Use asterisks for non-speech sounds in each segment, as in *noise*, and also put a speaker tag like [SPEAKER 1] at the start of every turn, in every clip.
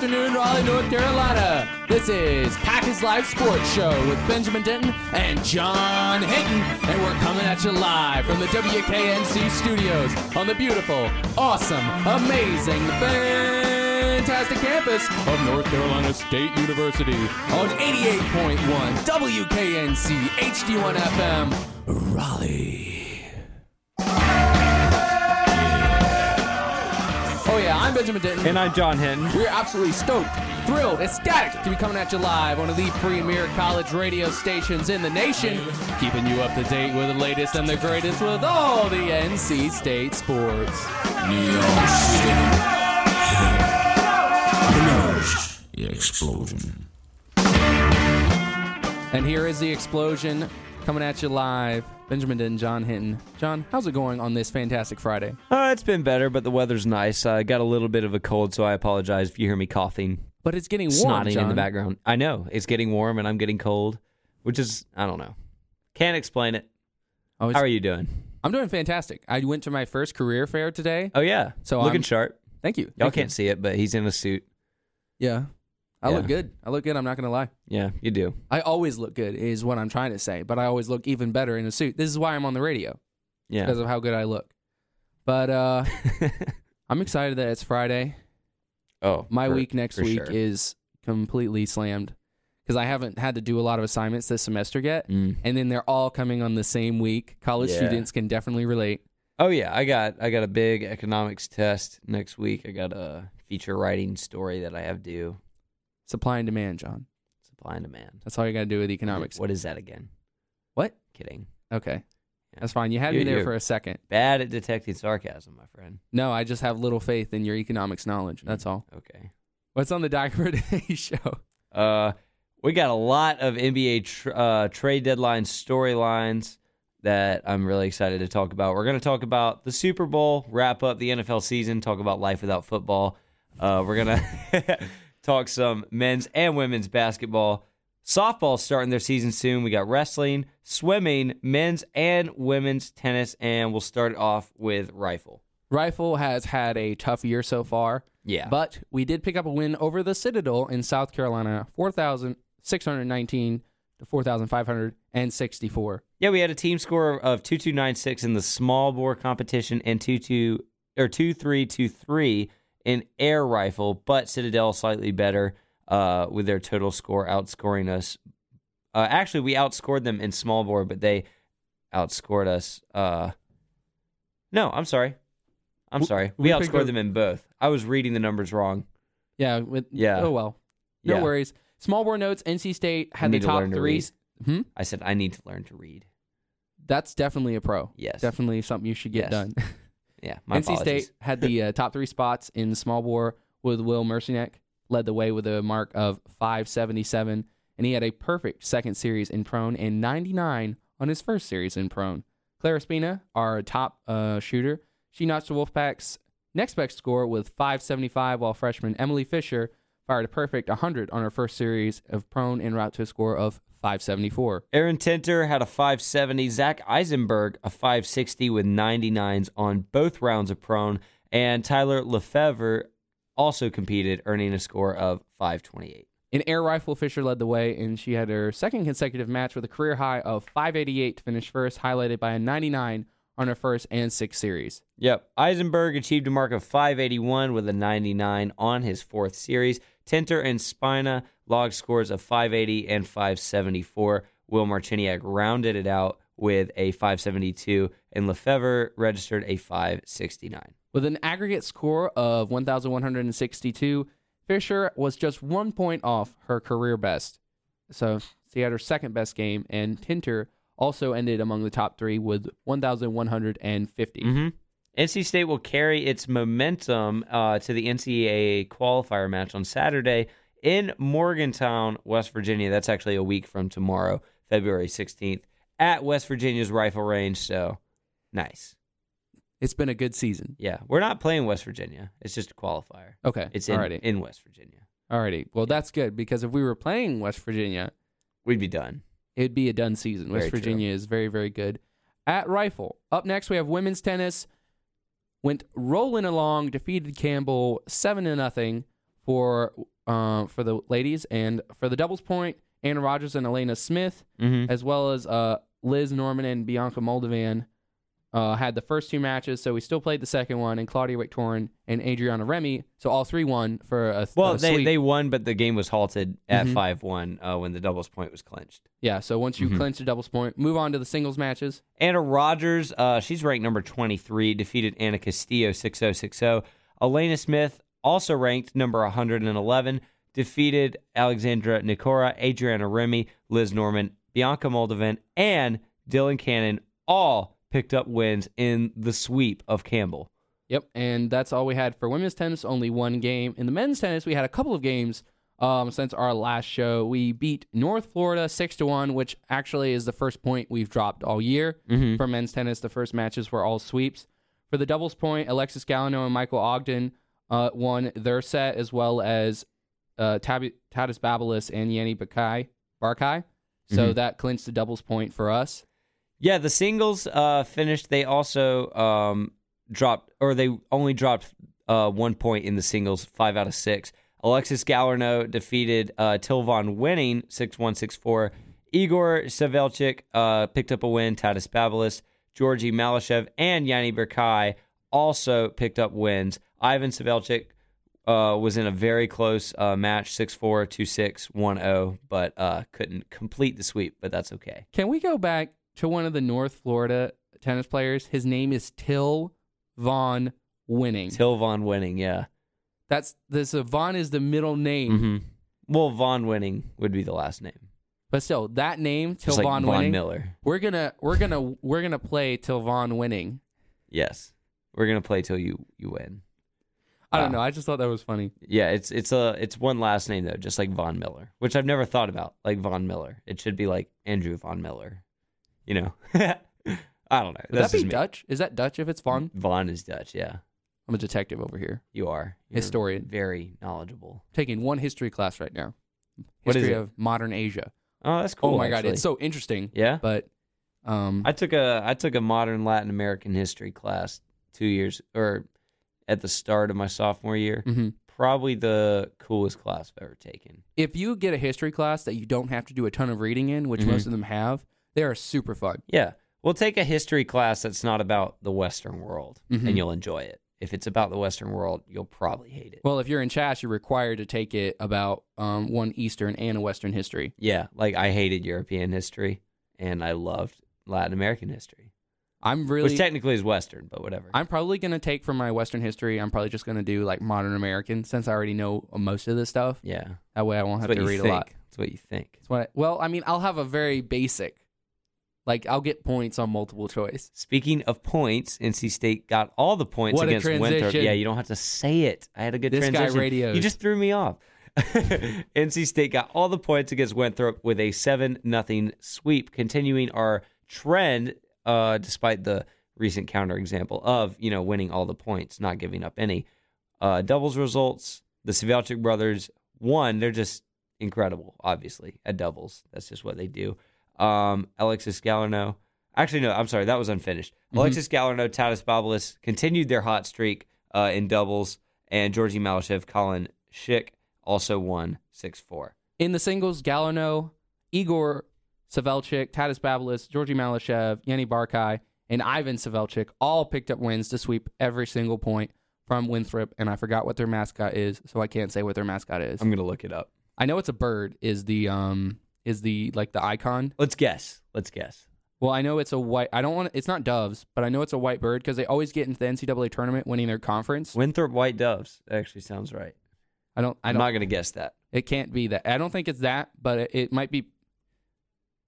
[SPEAKER 1] Charlotte, North Carolina. This is Packers Live Sports Show with Benjamin Denton and John Hinton. And we're coming at you live from the WKNC studios on the beautiful, awesome, amazing, fantastic campus of North Carolina State University on 88.1 WKNC HD1 FM, Raleigh. Oh, yeah, I'm Benjamin Denton.
[SPEAKER 2] And I'm John Hinton.
[SPEAKER 1] We're absolutely stoked, thrilled, ecstatic to be coming at you live on the premier college radio stations in the nation, keeping you up to date with the latest and the greatest with all the NC State sports.
[SPEAKER 3] explosion.
[SPEAKER 1] And here is the explosion coming at you live. Benjamin Denton, John Hinton. John, how's it going on this fantastic Friday?
[SPEAKER 2] Uh, it's been better, but the weather's nice. I got a little bit of a cold, so I apologize if you hear me coughing,
[SPEAKER 1] But it's getting warm,
[SPEAKER 2] snotting in
[SPEAKER 1] John.
[SPEAKER 2] the background. I know it's getting warm and I'm getting cold, which is I don't know. Can't explain it.
[SPEAKER 1] Oh, it's-
[SPEAKER 2] How are you doing?
[SPEAKER 1] I'm doing fantastic. I went to my first career fair today.
[SPEAKER 2] Oh yeah,
[SPEAKER 1] So
[SPEAKER 2] looking
[SPEAKER 1] I'm-
[SPEAKER 2] sharp.
[SPEAKER 1] Thank you.
[SPEAKER 2] Y'all
[SPEAKER 1] Thank you.
[SPEAKER 2] can't see it, but he's in a suit.
[SPEAKER 1] Yeah. I
[SPEAKER 2] Yeah.
[SPEAKER 1] look good. I look good. I'm not going to lie.
[SPEAKER 2] Yeah, you do.
[SPEAKER 1] I always look good, is what I'm trying to say, but I always look even better in a suit. This is why I'm on the radio,
[SPEAKER 2] Yeah,
[SPEAKER 1] because of how good I look. But uh, I'm excited that it's Friday.
[SPEAKER 2] *laughs* oh,
[SPEAKER 1] My
[SPEAKER 2] for-
[SPEAKER 1] week next
[SPEAKER 2] for
[SPEAKER 1] week
[SPEAKER 2] sure.
[SPEAKER 1] is completely slammed because I haven't had to do a lot of assignments this semester yet.
[SPEAKER 2] Mm.
[SPEAKER 1] And then they're all coming on the same week. College
[SPEAKER 2] Yeah.
[SPEAKER 1] students can definitely relate.
[SPEAKER 2] Oh yeah, I got I got a big economics test next week. I got a feature writing story that I have due.
[SPEAKER 1] Supply and demand, John.
[SPEAKER 2] Supply and demand.
[SPEAKER 1] That's all you got to do with economics.
[SPEAKER 2] What is that again?
[SPEAKER 1] What?
[SPEAKER 2] Kidding.
[SPEAKER 1] Okay. That's fine. You had
[SPEAKER 2] You-
[SPEAKER 1] me there
[SPEAKER 2] you're-
[SPEAKER 1] for a second.
[SPEAKER 2] Bad at detecting sarcasm, my friend.
[SPEAKER 1] No, I just have little faith in your economics knowledge. That's
[SPEAKER 2] Mm-hmm.
[SPEAKER 1] all.
[SPEAKER 2] Okay.
[SPEAKER 1] What's on the *laughs* docket for today's show?
[SPEAKER 2] Uh, we got a lot of NBA tr- uh, trade deadline storylines that I'm really excited to talk about. We're going to talk about the Super Bowl, wrap up the NFL season, talk about life without football. Uh, we're going to *laughs* talk some men's and women's basketball. Softball starting their season soon. We got wrestling, swimming, men's and women's tennis, and we'll start it off with rifle.
[SPEAKER 1] Rifle has had a tough year so far,
[SPEAKER 2] Yeah.
[SPEAKER 1] but we did pick up a win over the Citadel in South Carolina, 4,619 to 4,564.
[SPEAKER 2] Yeah, we had a team score of two two nine six in the small bore competition and two two or two three two three in air rifle, but Citadel slightly better uh, with their total score outscoring us. Uh, actually, we outscored them in small bore, but they outscored us. Uh, no, I'm sorry. I'm
[SPEAKER 1] W-
[SPEAKER 2] sorry. We,
[SPEAKER 1] we picked
[SPEAKER 2] outscored
[SPEAKER 1] up-
[SPEAKER 2] them in both. I was reading the numbers wrong.
[SPEAKER 1] Yeah, with,
[SPEAKER 2] Yeah.
[SPEAKER 1] oh well. No
[SPEAKER 2] Yeah.
[SPEAKER 1] worries. Small board notes, NC State had
[SPEAKER 2] Need
[SPEAKER 1] the
[SPEAKER 2] to
[SPEAKER 1] top
[SPEAKER 2] learn to
[SPEAKER 1] three. Hmm?
[SPEAKER 2] I said I need to learn to read.
[SPEAKER 1] That's definitely a pro.
[SPEAKER 2] Yes.
[SPEAKER 1] Definitely something you should get
[SPEAKER 2] Yes.
[SPEAKER 1] done. *laughs*
[SPEAKER 2] Yeah, my
[SPEAKER 1] NC
[SPEAKER 2] apologies.
[SPEAKER 1] State had the uh, top three spots in small bore with Will Mercynek, led the way with a mark of 577, and he had a perfect second series in prone and 99 on his first series in prone. Clara Spina, our top uh, shooter, she notched the Wolfpack's next best score with 575, while freshman Emily Fisher fired a perfect 100 on her first series of prone en route to a score of 574.
[SPEAKER 2] Aaron Tinter had a 570. Zach Eisenberg, a 560 with 99s on both rounds of prone. And Tyler Lefevre also competed, earning a score of 528.
[SPEAKER 1] In air rifle, Fisher led the way, and she had her second consecutive match with a career high of 588 to finish first, highlighted by a 99 on her first and sixth series.
[SPEAKER 2] Yep. Eisenberg achieved a mark of 581 with a 99 on his fourth series. Tinter and Spina logged scores of 580 and 574. Will Marchiniak rounded it out with a 572, and Lefevre registered a 569.
[SPEAKER 1] With an aggregate score of 1,162, Fisher was just one point off her career best. So she had her second best game, and Tinter also ended among the top three with 1,150.
[SPEAKER 2] hmm NC State will carry its momentum uh, to the NCAA qualifier match on Saturday in Morgantown, West Virginia. That's actually a week from tomorrow, February 16th, at West Virginia's rifle range. So nice.
[SPEAKER 1] It's been a good season.
[SPEAKER 2] Yeah, we're not playing West Virginia. It's just a qualifier.
[SPEAKER 1] Okay.
[SPEAKER 2] It's in,
[SPEAKER 1] Alrighty.
[SPEAKER 2] in West Virginia.
[SPEAKER 1] Alrighty. Well, that's good because if we were playing West Virginia,
[SPEAKER 2] We'd be done.
[SPEAKER 1] it'd be a done season. West
[SPEAKER 2] Very true.
[SPEAKER 1] Virginia is very, very good at rifle. Up next, we have women's tennis. Went rolling along, defeated Campbell seven to nothing for uh, for the ladies, and for the doubles point, Anna Rogers and Elena Smith,
[SPEAKER 2] Mm-hmm.
[SPEAKER 1] as well as uh, Liz Norman and Bianca Moldovan, uh, had the first two matches. So we still played the second one, and Claudia Victorin and Adriana Remy. So all three won for a,
[SPEAKER 2] Well,
[SPEAKER 1] a
[SPEAKER 2] they,
[SPEAKER 1] sweep.
[SPEAKER 2] they won, but the game was halted at
[SPEAKER 1] Mhm.
[SPEAKER 2] 5 1 uh, when the doubles point was clinched.
[SPEAKER 1] yeah. So once you
[SPEAKER 2] Mhm.
[SPEAKER 1] clinch the doubles point, move on to the singles matches.
[SPEAKER 2] Anna Rogers, uh, she's ranked number 23, defeated Anna Castillo 6060. oh. Elena Smith, also ranked number 111, defeated Alexandra Nicora, Adriana Remy, Liz Norman, Bianca Moldovan, and Dylan Cannon, all picked up wins in the sweep of Campbell.
[SPEAKER 1] Yep, and that's all we had for women's tennis. Only one game in the men's tennis. We had a couple of games um, since our last show. We beat North Florida six to one, which actually is the first point we've dropped all year
[SPEAKER 2] Mhm.
[SPEAKER 1] for men's tennis. The first matches were all sweeps. For the doubles point, Alexis Galano and Michael Ogden uh, won their set, as well as uh, Tab- Tatis Babalis and Yanni Bakai Barkai. So that clinched the doubles point for us.
[SPEAKER 2] Yeah, the singles uh, finished. They also um, dropped, or they only dropped uh, one point in the singles, five out of six. Alexis Gallerno defeated uh, Tilvon winning 6 1 6 4. Igor Savelchik uh, picked up a win. Tatis Babalis, Georgi Malashev, and Yanni Berkai also picked up wins. Ivan Savelchik uh, was in a very close uh, match 6 4, 2 6, 1 0, but uh, couldn't complete the sweep, but that's okay.
[SPEAKER 1] Can we go back to one of the North Florida tennis players? His name is Till Von Winning.
[SPEAKER 2] Tilvon winning, yeah.
[SPEAKER 1] That's this uh, Von is the middle name,
[SPEAKER 2] hmm Well, Von Winning would be the last name.
[SPEAKER 1] but still that name Till
[SPEAKER 2] Just like
[SPEAKER 1] Von
[SPEAKER 2] Von
[SPEAKER 1] Winning.
[SPEAKER 2] Miller.
[SPEAKER 1] We're gonna we're gonna we're gonna play Till Von Winning.
[SPEAKER 2] Yes. We're gonna play till you you win.
[SPEAKER 1] I don't
[SPEAKER 2] Wow.
[SPEAKER 1] know. I just thought that was funny.
[SPEAKER 2] Yeah, it's it's a it's one last name though, just like Von Miller, which I've never thought about. Like Von Miller, it should be like Andrew Von Miller. You know, *laughs* I don't know.
[SPEAKER 1] Would
[SPEAKER 2] That's
[SPEAKER 1] that
[SPEAKER 2] just
[SPEAKER 1] be
[SPEAKER 2] me.
[SPEAKER 1] Dutch? Is that Dutch if it's Von?
[SPEAKER 2] Von is Dutch. Yeah,
[SPEAKER 1] I'm a detective over here,
[SPEAKER 2] you are You're
[SPEAKER 1] historian,
[SPEAKER 2] Very knowledgeable.
[SPEAKER 1] taking one history class right now.
[SPEAKER 2] What is
[SPEAKER 1] History
[SPEAKER 2] it?
[SPEAKER 1] of modern Asia.
[SPEAKER 2] Oh, that's cool.
[SPEAKER 1] oh my god,
[SPEAKER 2] actually.
[SPEAKER 1] it's so interesting.
[SPEAKER 2] yeah.
[SPEAKER 1] But um,
[SPEAKER 2] I took a I took a modern Latin American history class two years or at the start of my sophomore year.
[SPEAKER 1] mhm.
[SPEAKER 2] Probably the coolest class I've ever taken.
[SPEAKER 1] if you get a history class that you don't have to do a ton of reading in, which
[SPEAKER 2] Mhm.
[SPEAKER 1] most of them have, they are super fun.
[SPEAKER 2] Yeah. We'll take a history class that's not about the Western world
[SPEAKER 1] Mhm.
[SPEAKER 2] and you'll enjoy it. If it's about the Western world, you'll probably hate it.
[SPEAKER 1] Well, if you're in Chas, you're required to take it about um, one Eastern and a Western history.
[SPEAKER 2] yeah. Like I hated European history and I loved Latin American history,
[SPEAKER 1] I'm really,
[SPEAKER 2] which technically is Western, but whatever.
[SPEAKER 1] I'm probably gonna take from my Western history. I'm probably just gonna do like modern American since I already know most of this stuff.
[SPEAKER 2] yeah.
[SPEAKER 1] That way, I won't have
[SPEAKER 2] That's what
[SPEAKER 1] to
[SPEAKER 2] you
[SPEAKER 1] read
[SPEAKER 2] think.
[SPEAKER 1] a lot.
[SPEAKER 2] That's what you think.
[SPEAKER 1] That's what I- well, I mean, I'll have a very basic, like I'll get points on multiple choice.
[SPEAKER 2] Speaking of points, NC State got all the points
[SPEAKER 1] What a
[SPEAKER 2] against Winthrop.
[SPEAKER 1] transition.
[SPEAKER 2] Yeah, you don't have to say it. I had a good
[SPEAKER 1] This guy
[SPEAKER 2] transition.
[SPEAKER 1] radios.
[SPEAKER 2] You just threw me off. *laughs* NC State got all the points against Winthrop with a seven nothing sweep, continuing our trend uh, despite the recent counterexample of you know winning all the points, not giving up any. Uh, doubles results: the Savelchik brothers won. They're just incredible, obviously at doubles. That's just what they do. Um, Alexis Gallerno. Actually, no, I'm sorry. That was unfinished.
[SPEAKER 1] Mm-hmm.
[SPEAKER 2] Alexis Gallerno, Tatis Babalis continued their hot streak uh, in doubles, and Georgie Malashev, Colin Schick also won 6 4.
[SPEAKER 1] In the singles, Galano, Igor Savelchik, Tatis Babalis, Georgi Malashev, Yanni Barkai, and Ivan Savelchik all picked up wins to sweep every single point from Winthrop. And I forgot what their mascot is, so I can't say what their mascot is.
[SPEAKER 2] I'm going to look it up.
[SPEAKER 1] I know it's a bird. Is the um is the like the icon?
[SPEAKER 2] Let's guess. Let's guess.
[SPEAKER 1] Well, I know it's a white. I don't want. It's not doves, but I know it's a white bird because they always get into the NCAA tournament winning their conference.
[SPEAKER 2] Winthrop White Doves. That actually sounds right.
[SPEAKER 1] I don't. I
[SPEAKER 2] I'm
[SPEAKER 1] don't.
[SPEAKER 2] not going to guess that.
[SPEAKER 1] it can't be that. I don't think it's that, but it, it might be.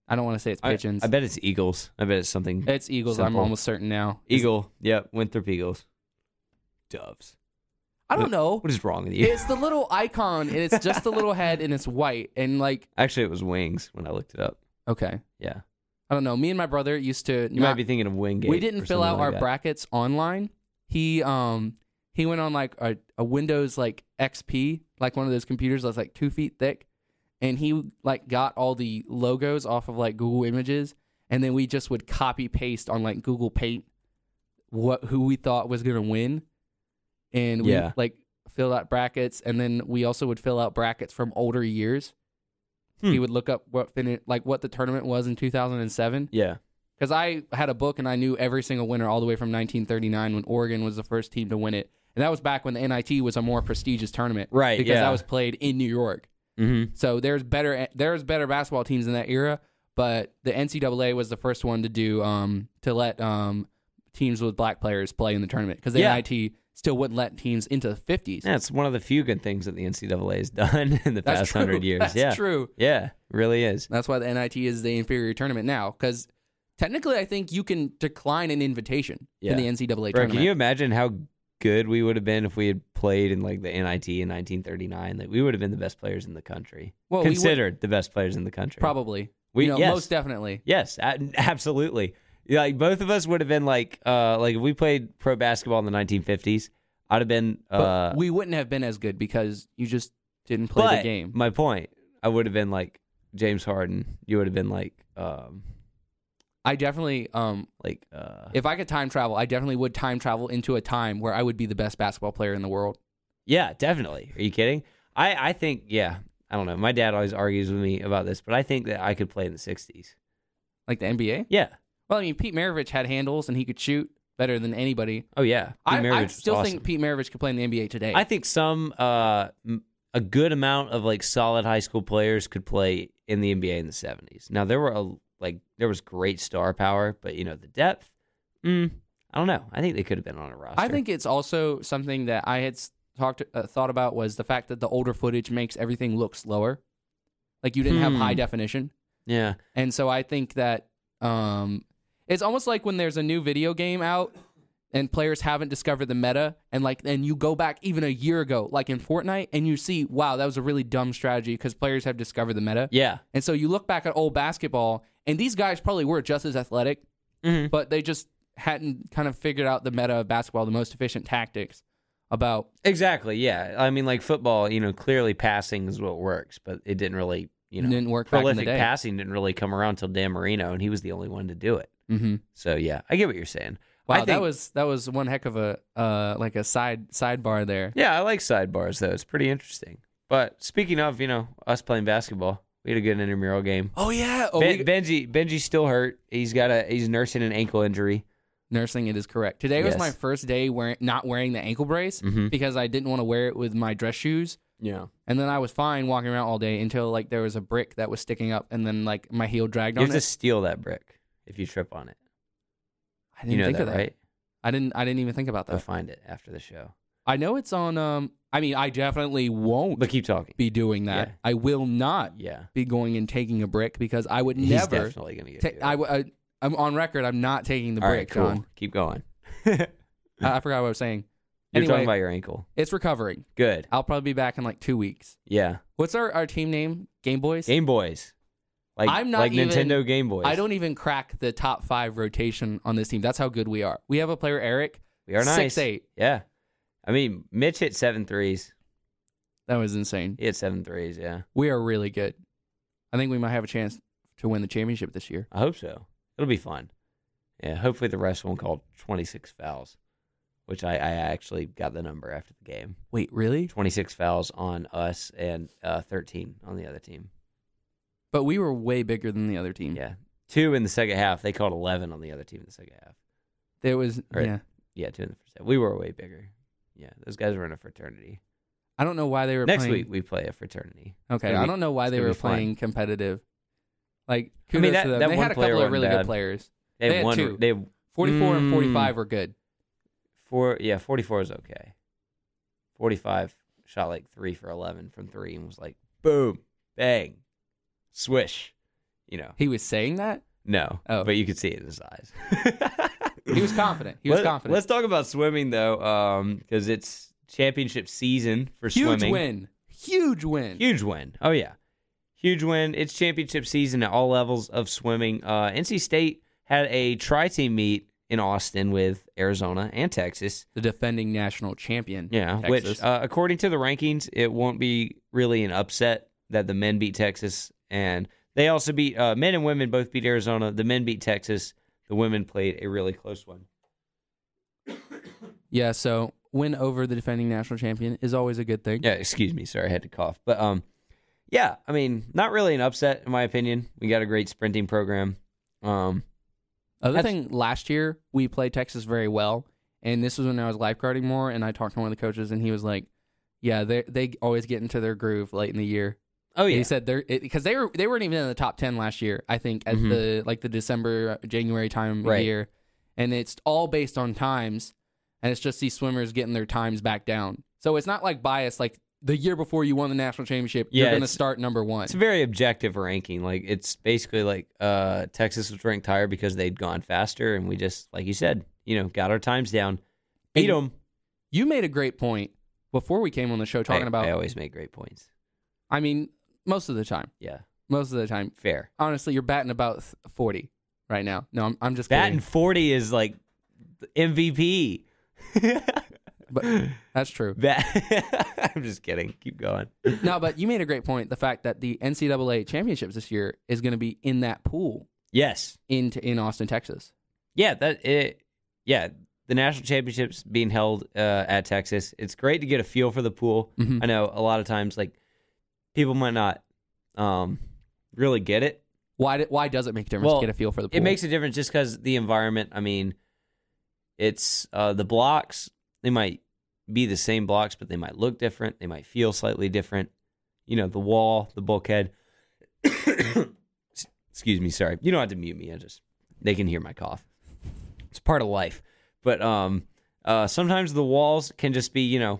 [SPEAKER 1] I don't want to say it's
[SPEAKER 2] I,
[SPEAKER 1] pigeons.
[SPEAKER 2] I bet it's Eagles. I bet it's something.
[SPEAKER 1] It's Eagles. I'm
[SPEAKER 2] Simple.
[SPEAKER 1] almost certain now.
[SPEAKER 2] Eagle. Yep. Winthrop Eagles. Doves.
[SPEAKER 1] I don't know.
[SPEAKER 2] What is wrong with you?
[SPEAKER 1] It's the little icon, and it's just the little head, and it's white, and like
[SPEAKER 2] actually, it was Wings when I looked it up.
[SPEAKER 1] okay,
[SPEAKER 2] Yeah.
[SPEAKER 1] I don't know. Me and my brother used to.
[SPEAKER 2] You might be thinking of Wingate.
[SPEAKER 1] we
[SPEAKER 2] or
[SPEAKER 1] didn't fill
[SPEAKER 2] something
[SPEAKER 1] out
[SPEAKER 2] like
[SPEAKER 1] our
[SPEAKER 2] that.
[SPEAKER 1] brackets online. He um he went on like a, a Windows like XP, like one of those computers that's like two feet thick, and he like got all the logos off of like Google Images, and then we just would copy paste on like Google Paint what who we thought was gonna win, and we
[SPEAKER 2] Yeah.
[SPEAKER 1] like fill out brackets, and then we also would fill out brackets from older years.
[SPEAKER 2] Hmm.
[SPEAKER 1] He would look up what fin- like what the tournament was in 2007
[SPEAKER 2] Yeah.
[SPEAKER 1] because I had a book and I knew every single winner all the way from 1939 when Oregon was the first team to win it, and that was back when the NIT was a more prestigious tournament,
[SPEAKER 2] Right,
[SPEAKER 1] Because
[SPEAKER 2] yeah.
[SPEAKER 1] that was played in New York.
[SPEAKER 2] Mm-hmm.
[SPEAKER 1] So there's better there's better basketball teams in that era, but the NCAA was the first one to do um to let um teams with black players play in the tournament because the
[SPEAKER 2] Yeah.
[SPEAKER 1] NIT still wouldn't let teams into the 50s.
[SPEAKER 2] That's one of the few good things that the NCAA has *laughs* done in the
[SPEAKER 1] That's
[SPEAKER 2] past
[SPEAKER 1] true.
[SPEAKER 2] hundred
[SPEAKER 1] *laughs*
[SPEAKER 2] years.
[SPEAKER 1] That's
[SPEAKER 2] yeah.
[SPEAKER 1] true.
[SPEAKER 2] Yeah. Really is.
[SPEAKER 1] That's why the NIT is the inferior tournament now because technically I think you can decline an invitation
[SPEAKER 2] Yeah.
[SPEAKER 1] in the NCAA
[SPEAKER 2] Bro,
[SPEAKER 1] tournament.
[SPEAKER 2] can you imagine how good we would have been if we had played in like the NIT in 1939? Like we would have been the best players in the country.
[SPEAKER 1] Well, we would-
[SPEAKER 2] Considered the best players in the country.
[SPEAKER 1] Probably.
[SPEAKER 2] We-
[SPEAKER 1] you know,
[SPEAKER 2] yes.
[SPEAKER 1] most definitely.
[SPEAKER 2] Yes, a- *laughs* absolutely. Yeah, Like both of us would have been like, uh, like if we played pro basketball in the 1950s, I'd have been. Uh,
[SPEAKER 1] but we wouldn't have been as good because you just didn't play
[SPEAKER 2] but
[SPEAKER 1] the game.
[SPEAKER 2] My point, I would have been like James Harden. You would have been like, um,
[SPEAKER 1] I definitely um
[SPEAKER 2] like uh,
[SPEAKER 1] If I could time travel, I definitely would time travel into a time where I would be the best basketball player in the world.
[SPEAKER 2] Yeah, definitely. Are you kidding? I, I think, yeah, I don't know. My dad always argues with me about this, but I think that I could play in the 60s.
[SPEAKER 1] Like the NBA?
[SPEAKER 2] Yeah.
[SPEAKER 1] Well, I mean, Pete Maravich had handles and he could shoot better than anybody.
[SPEAKER 2] Oh, yeah. Pete
[SPEAKER 1] I,
[SPEAKER 2] Maravich
[SPEAKER 1] I
[SPEAKER 2] was
[SPEAKER 1] still
[SPEAKER 2] awesome.
[SPEAKER 1] think Pete Maravich could play in the NBA today.
[SPEAKER 2] I think some, uh, m- a good amount of like solid high school players could play in the NBA in the 70s. Now, there were a, like, there was great star power, but you know, the depth, mm, I don't know. I think they could have been on a roster.
[SPEAKER 1] I think it's also something that I had s- talked uh, thought about was the fact that the older footage makes everything look slower. Like you didn't have
[SPEAKER 2] Hmm.
[SPEAKER 1] high definition.
[SPEAKER 2] yeah.
[SPEAKER 1] And so I think that um, it's almost like when there's a new video game out and players haven't discovered the meta, and like and you go back even a year ago, like in Fortnite, and you see, wow, that was a really dumb strategy because players have discovered the meta.
[SPEAKER 2] Yeah.
[SPEAKER 1] And so you look back at old basketball, and these guys probably were just as athletic,
[SPEAKER 2] Mhm.
[SPEAKER 1] but they just hadn't kind of figured out the meta of basketball, the most efficient tactics about
[SPEAKER 2] Exactly. Yeah. I mean, like football, you know, clearly passing is what works, but it didn't really, you know,
[SPEAKER 1] didn't work back in the
[SPEAKER 2] prolific
[SPEAKER 1] day.
[SPEAKER 2] passing didn't really come around till Dan Marino, and he was the only one to do it.
[SPEAKER 1] Mhm.
[SPEAKER 2] So yeah, I get what you're saying.
[SPEAKER 1] Wow,
[SPEAKER 2] I think,
[SPEAKER 1] that was that was one heck of a uh, like a side sidebar there.
[SPEAKER 2] yeah. I like sidebars though; it's pretty interesting. But speaking of, you know, us playing basketball, we had a good intramural game.
[SPEAKER 1] Oh yeah, oh,
[SPEAKER 2] ben,
[SPEAKER 1] we-
[SPEAKER 2] Benji, Benji's still hurt. He's got a he's nursing an ankle injury.
[SPEAKER 1] Nursing it is correct. Today was
[SPEAKER 2] Yes.
[SPEAKER 1] my first day wearing not wearing the ankle brace
[SPEAKER 2] Mhm.
[SPEAKER 1] because I didn't want to wear it with my dress shoes.
[SPEAKER 2] Yeah,
[SPEAKER 1] And then I was fine walking around all day until like there was a brick that was sticking up and then like my heel dragged
[SPEAKER 2] you
[SPEAKER 1] on
[SPEAKER 2] have
[SPEAKER 1] it.
[SPEAKER 2] to steal that brick if you trip on it.
[SPEAKER 1] I didn't
[SPEAKER 2] You know
[SPEAKER 1] think
[SPEAKER 2] that,
[SPEAKER 1] of that.
[SPEAKER 2] right?
[SPEAKER 1] I didn't I didn't even think about
[SPEAKER 2] Go
[SPEAKER 1] that.
[SPEAKER 2] find it after the show.
[SPEAKER 1] I know it's on um I mean I definitely won't
[SPEAKER 2] But keep talking.
[SPEAKER 1] be doing that.
[SPEAKER 2] Yeah.
[SPEAKER 1] I will not
[SPEAKER 2] Yeah,
[SPEAKER 1] be going and taking a brick because I would
[SPEAKER 2] he's
[SPEAKER 1] never
[SPEAKER 2] definitely gonna get.
[SPEAKER 1] ta-
[SPEAKER 2] you.
[SPEAKER 1] I, w- I I'm on record I'm not taking the
[SPEAKER 2] All right,
[SPEAKER 1] brick
[SPEAKER 2] cool.
[SPEAKER 1] John.
[SPEAKER 2] Keep going. *laughs*
[SPEAKER 1] I, I forgot what I was saying.
[SPEAKER 2] You're
[SPEAKER 1] anyway,
[SPEAKER 2] talking about your ankle.
[SPEAKER 1] it's recovering.
[SPEAKER 2] Good.
[SPEAKER 1] I'll probably be back in like 2 weeks.
[SPEAKER 2] Yeah.
[SPEAKER 1] What's our, our team name? Game Boys?
[SPEAKER 2] Game Boys. Like
[SPEAKER 1] I'm not
[SPEAKER 2] like
[SPEAKER 1] even-
[SPEAKER 2] Nintendo Game Boys.
[SPEAKER 1] I don't even crack the top five rotation on this team. That's how good we are. We have a player, Eric.
[SPEAKER 2] We are nice.
[SPEAKER 1] Six eight.
[SPEAKER 2] Yeah. I mean, Mitch hit seven threes.
[SPEAKER 1] That was insane.
[SPEAKER 2] He hit seven threes. Yeah.
[SPEAKER 1] We are really good. I think we might have a chance to win the championship this year.
[SPEAKER 2] I hope so. It'll be fun. Yeah. Hopefully the refs won't call 26 fouls, which I, I actually got the number after the game.
[SPEAKER 1] Wait, really?
[SPEAKER 2] 26 fouls on us and uh, 13 on the other team.
[SPEAKER 1] But we were way bigger than the other team.
[SPEAKER 2] Yeah. Two in the second half. They called 11 on the other team in the second half.
[SPEAKER 1] There was
[SPEAKER 2] Right.
[SPEAKER 1] yeah.
[SPEAKER 2] Yeah, two in the first half. We were way bigger. Yeah, those guys were in a fraternity.
[SPEAKER 1] I don't know why they were
[SPEAKER 2] Next
[SPEAKER 1] playing.
[SPEAKER 2] week we play a fraternity.
[SPEAKER 1] Okay.
[SPEAKER 2] gonna
[SPEAKER 1] I
[SPEAKER 2] be-
[SPEAKER 1] don't know why
[SPEAKER 2] it's
[SPEAKER 1] they
[SPEAKER 2] gonna
[SPEAKER 1] were
[SPEAKER 2] be fun.
[SPEAKER 1] playing competitive. Like
[SPEAKER 2] I mean,
[SPEAKER 1] kudos
[SPEAKER 2] that-
[SPEAKER 1] to them.
[SPEAKER 2] that
[SPEAKER 1] they
[SPEAKER 2] one
[SPEAKER 1] had a
[SPEAKER 2] player
[SPEAKER 1] couple of
[SPEAKER 2] wasn't
[SPEAKER 1] really
[SPEAKER 2] bad.
[SPEAKER 1] good players.
[SPEAKER 2] They,
[SPEAKER 1] They had
[SPEAKER 2] won.
[SPEAKER 1] two.
[SPEAKER 2] They
[SPEAKER 1] Forty four and
[SPEAKER 2] Mm.
[SPEAKER 1] forty five were good.
[SPEAKER 2] four. Yeah, forty four is okay. Forty five shot like three for eleven from three and was like boom, bang, swish. You know,
[SPEAKER 1] He was saying that?
[SPEAKER 2] no,
[SPEAKER 1] Oh.
[SPEAKER 2] but you could see it in his eyes.
[SPEAKER 1] He was confident. *laughs* He was
[SPEAKER 2] Let-
[SPEAKER 1] confident.
[SPEAKER 2] Let's talk about swimming though, because it's championship season for
[SPEAKER 1] Huge
[SPEAKER 2] swimming.
[SPEAKER 1] win. Huge win.
[SPEAKER 2] Huge win. Oh yeah, huge win. It's championship season at all levels of swimming. Uh, NC State had a tri-team meet in Austin with Arizona and Texas.
[SPEAKER 1] the defending national champion.
[SPEAKER 2] Yeah,
[SPEAKER 1] Texas.
[SPEAKER 2] which uh, according to the rankings, it won't be really an upset that the men beat Texas, and they also beat uh, men and women both beat Arizona. The men beat Texas. The women played a really close one.
[SPEAKER 1] yeah. So win over the defending national champion is always a good thing.
[SPEAKER 2] Yeah, excuse me, sorry, I had to cough. But um, yeah, I mean, not really an upset in my opinion. We got a great sprinting program. Um,
[SPEAKER 1] Other
[SPEAKER 2] That's-
[SPEAKER 1] thing, last year we played Texas very well, and this was when I was lifeguarding more, and I talked to one of the coaches, and he was like, "Yeah, they they always get into their groove late in the year."
[SPEAKER 2] oh
[SPEAKER 1] He
[SPEAKER 2] yeah,
[SPEAKER 1] said they're because they were they weren't even in the top ten last year. I think at
[SPEAKER 2] Mhm.
[SPEAKER 1] the like the December uh, January time of
[SPEAKER 2] Right.
[SPEAKER 1] year, and it's all based on times, and it's just these swimmers getting their times back down. So it's not like bias. Like the year before you won the national championship,
[SPEAKER 2] Yeah,
[SPEAKER 1] you're going to
[SPEAKER 2] it's-
[SPEAKER 1] start number one.
[SPEAKER 2] it's a very objective ranking. Like it's basically like uh, Texas was ranked higher because they'd gone faster, and we just, like you said, you know, got our times down, beat
[SPEAKER 1] And
[SPEAKER 2] them.
[SPEAKER 1] You made a great point before we came on the show talking about.
[SPEAKER 2] I always make great points.
[SPEAKER 1] I mean, most of the time.
[SPEAKER 2] Yeah,
[SPEAKER 1] Most of the time.
[SPEAKER 2] fair.
[SPEAKER 1] Honestly, you're batting about th- 40 right now. No, I'm, I'm just
[SPEAKER 2] Batting
[SPEAKER 1] batting.
[SPEAKER 2] forty is like MVP. *laughs*
[SPEAKER 1] But that's true.
[SPEAKER 2] That *laughs* I'm just kidding. Keep going.
[SPEAKER 1] No, but you made a great point. The fact that the NCAA championships this year is going to be in that pool
[SPEAKER 2] Yes.
[SPEAKER 1] in, t- in Austin, Texas.
[SPEAKER 2] Yeah, that it, yeah, the national championships being held uh, at Texas. It's great to get a feel for the pool.
[SPEAKER 1] Mhm.
[SPEAKER 2] I know a lot of times like people might not um, really get it.
[SPEAKER 1] Why, d- why does it make a difference
[SPEAKER 2] Well,
[SPEAKER 1] to get a feel for the pool?
[SPEAKER 2] It makes a difference just because the environment. I mean, it's uh, the blocks. They might be the same blocks, but they might look different. They might feel slightly different. You know, the wall, the bulkhead. *coughs* S- Excuse me, sorry. You don't have to mute me. I just they can hear my cough. It's part of life. But um, uh, sometimes the walls can just be, you know,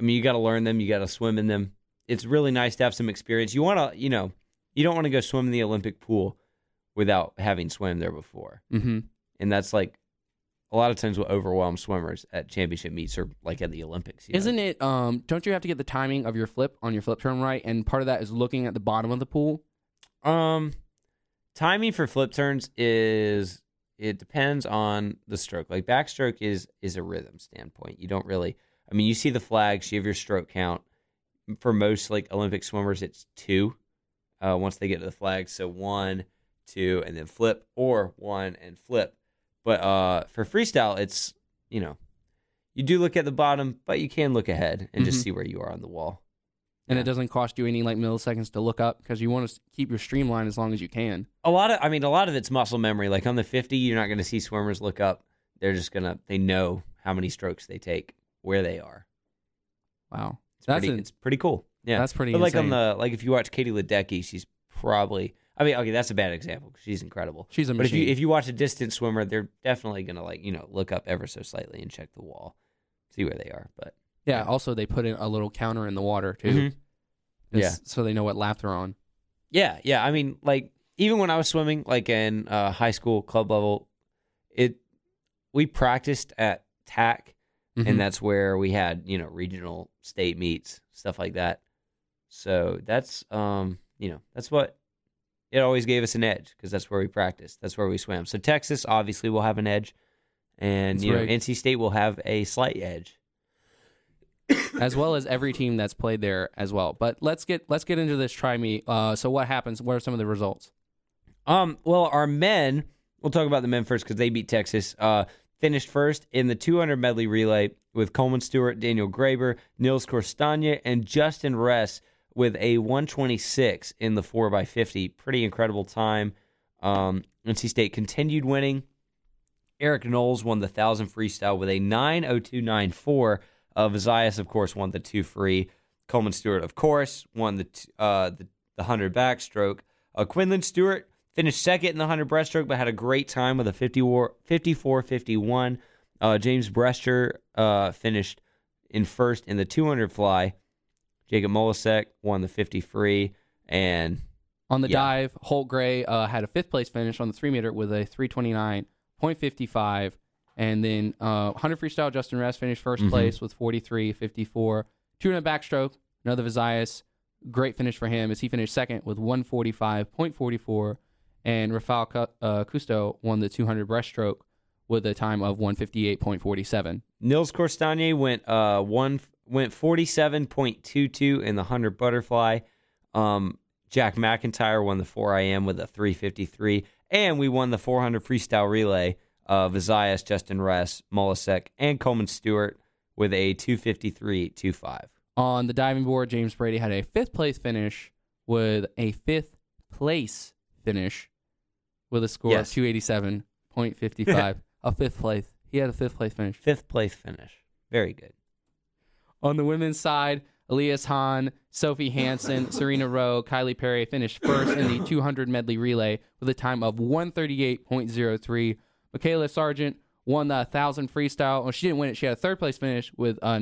[SPEAKER 2] I mean, you got to learn them. You got to swim in them. It's really nice to have some experience. You want to, you know, you don't want to go swim in the Olympic pool without having swam there before.
[SPEAKER 1] hmm
[SPEAKER 2] And that's like a lot of times what overwhelms swimmers at championship meets or like at the Olympics. you know?
[SPEAKER 1] Isn't it? Um, don't you have to get the timing of your flip on your flip turn right? And part of that is looking at the bottom of the pool.
[SPEAKER 2] Um, timing for flip turns is it depends on the stroke. Like backstroke is is a rhythm standpoint. You don't really. I mean, you see the flags. You have your stroke count. For most like Olympic swimmers, it's two. Uh, once they get to the flag, so one, two, and then flip, or one and flip. But uh, for freestyle, it's you know, you do look at the bottom, but you can look ahead and just
[SPEAKER 1] Mhm.
[SPEAKER 2] see where you are on the wall.
[SPEAKER 1] And it
[SPEAKER 2] Yeah.
[SPEAKER 1] doesn't cost you any like milliseconds to look up because you want to keep your streamline as long as you can.
[SPEAKER 2] a lot of i mean a lot of it's muscle memory like on the 50 you're not going to see swimmers look up they're just going to they know how many strokes they take where they are
[SPEAKER 1] Wow,
[SPEAKER 2] it's
[SPEAKER 1] That's
[SPEAKER 2] pretty
[SPEAKER 1] an-
[SPEAKER 2] it's pretty cool yeah
[SPEAKER 1] that's pretty.
[SPEAKER 2] but like
[SPEAKER 1] insane.
[SPEAKER 2] on the like if you watch katie ledecky she's probably i mean okay that's a bad example 'cause she's incredible
[SPEAKER 1] she's a
[SPEAKER 2] but if
[SPEAKER 1] machine.
[SPEAKER 2] you if you watch a distance swimmer they're definitely going to like you know look up ever so slightly and check the wall see where they are but Mm-hmm.
[SPEAKER 1] Yeah. Also, they put in a little counter in the water too,
[SPEAKER 2] It's-
[SPEAKER 1] so they know what lap they're on.
[SPEAKER 2] Yeah, yeah. I mean, like even when I was swimming, like in uh, high school club level, it we practiced at TAC,
[SPEAKER 1] Mm-hmm.
[SPEAKER 2] and that's where we had you know regional state meets stuff like that. So that's um you know that's what it always gave us an edge because that's where we practiced, that's where we swam. So Texas obviously will have an edge, and
[SPEAKER 1] That's
[SPEAKER 2] you
[SPEAKER 1] right.
[SPEAKER 2] know NC State will have a slight edge.
[SPEAKER 1] as well as every team that's played there as well. But let's get let's get into this try meet. Uh, so what happens? What are some of the results?
[SPEAKER 2] Um, well, our men, we'll talk about the men first because they beat Texas. Uh, finished first in the 200 medley relay with Coleman Stewart, Daniel Graber, Nils Corstagna, and Justin Ress with a 126 in the 4x50. Pretty incredible time. Um, NC State continued winning. Eric Knowles won the 1,000 freestyle with a 90294. Uh, Vizias, of course, won the two free. Coleman Stewart, of course, won the t- uh, the, the 100 backstroke. Uh, Quinlan Stewart finished second in the 100 breaststroke, but had a great time with a 54 51. Uh, James Brester uh, finished in first in the 200 fly. Jacob Molisek won the 50 free. And
[SPEAKER 1] On the
[SPEAKER 2] Yeah.
[SPEAKER 1] dive, Holt Gray uh, had a fifth place finish on the three meter with a three twenty nine point fifty five, and then uh, hundred freestyle Justin Rest finished 1st
[SPEAKER 2] Mhm.
[SPEAKER 1] place with forty three fifty four. Two in a backstroke, another Vizias. Great finish for him as he finished second with one forty five point forty four, and Rafael Cu- uh, Custo won the two hundred breaststroke with a time of one fifty eight point forty seven.
[SPEAKER 2] Nils Corstagna went uh one went forty seven point two two in the hundred butterfly. Um, Jack McIntyre won the four IM with a three fifty three, and we won the four hundred freestyle relay. Uh, Vizias, Justin Ress, Molisek, and Coleman Stewart with a 253.25.
[SPEAKER 1] On the diving board, James Brady had a fifth place finish with a fifth place finish with a score
[SPEAKER 2] Yes.
[SPEAKER 1] of 287.55. a fifth place. He had a fifth place finish.
[SPEAKER 2] Fifth place finish. Very good.
[SPEAKER 1] On the women's side, Elias Hahn, Sophie Hansen, Serena Rowe, Kylie Perry finished first in the 200 medley relay with a time of 138.03. Michaela Sargent won the 1,000 freestyle. Well, she didn't win it. She had a third place finish with a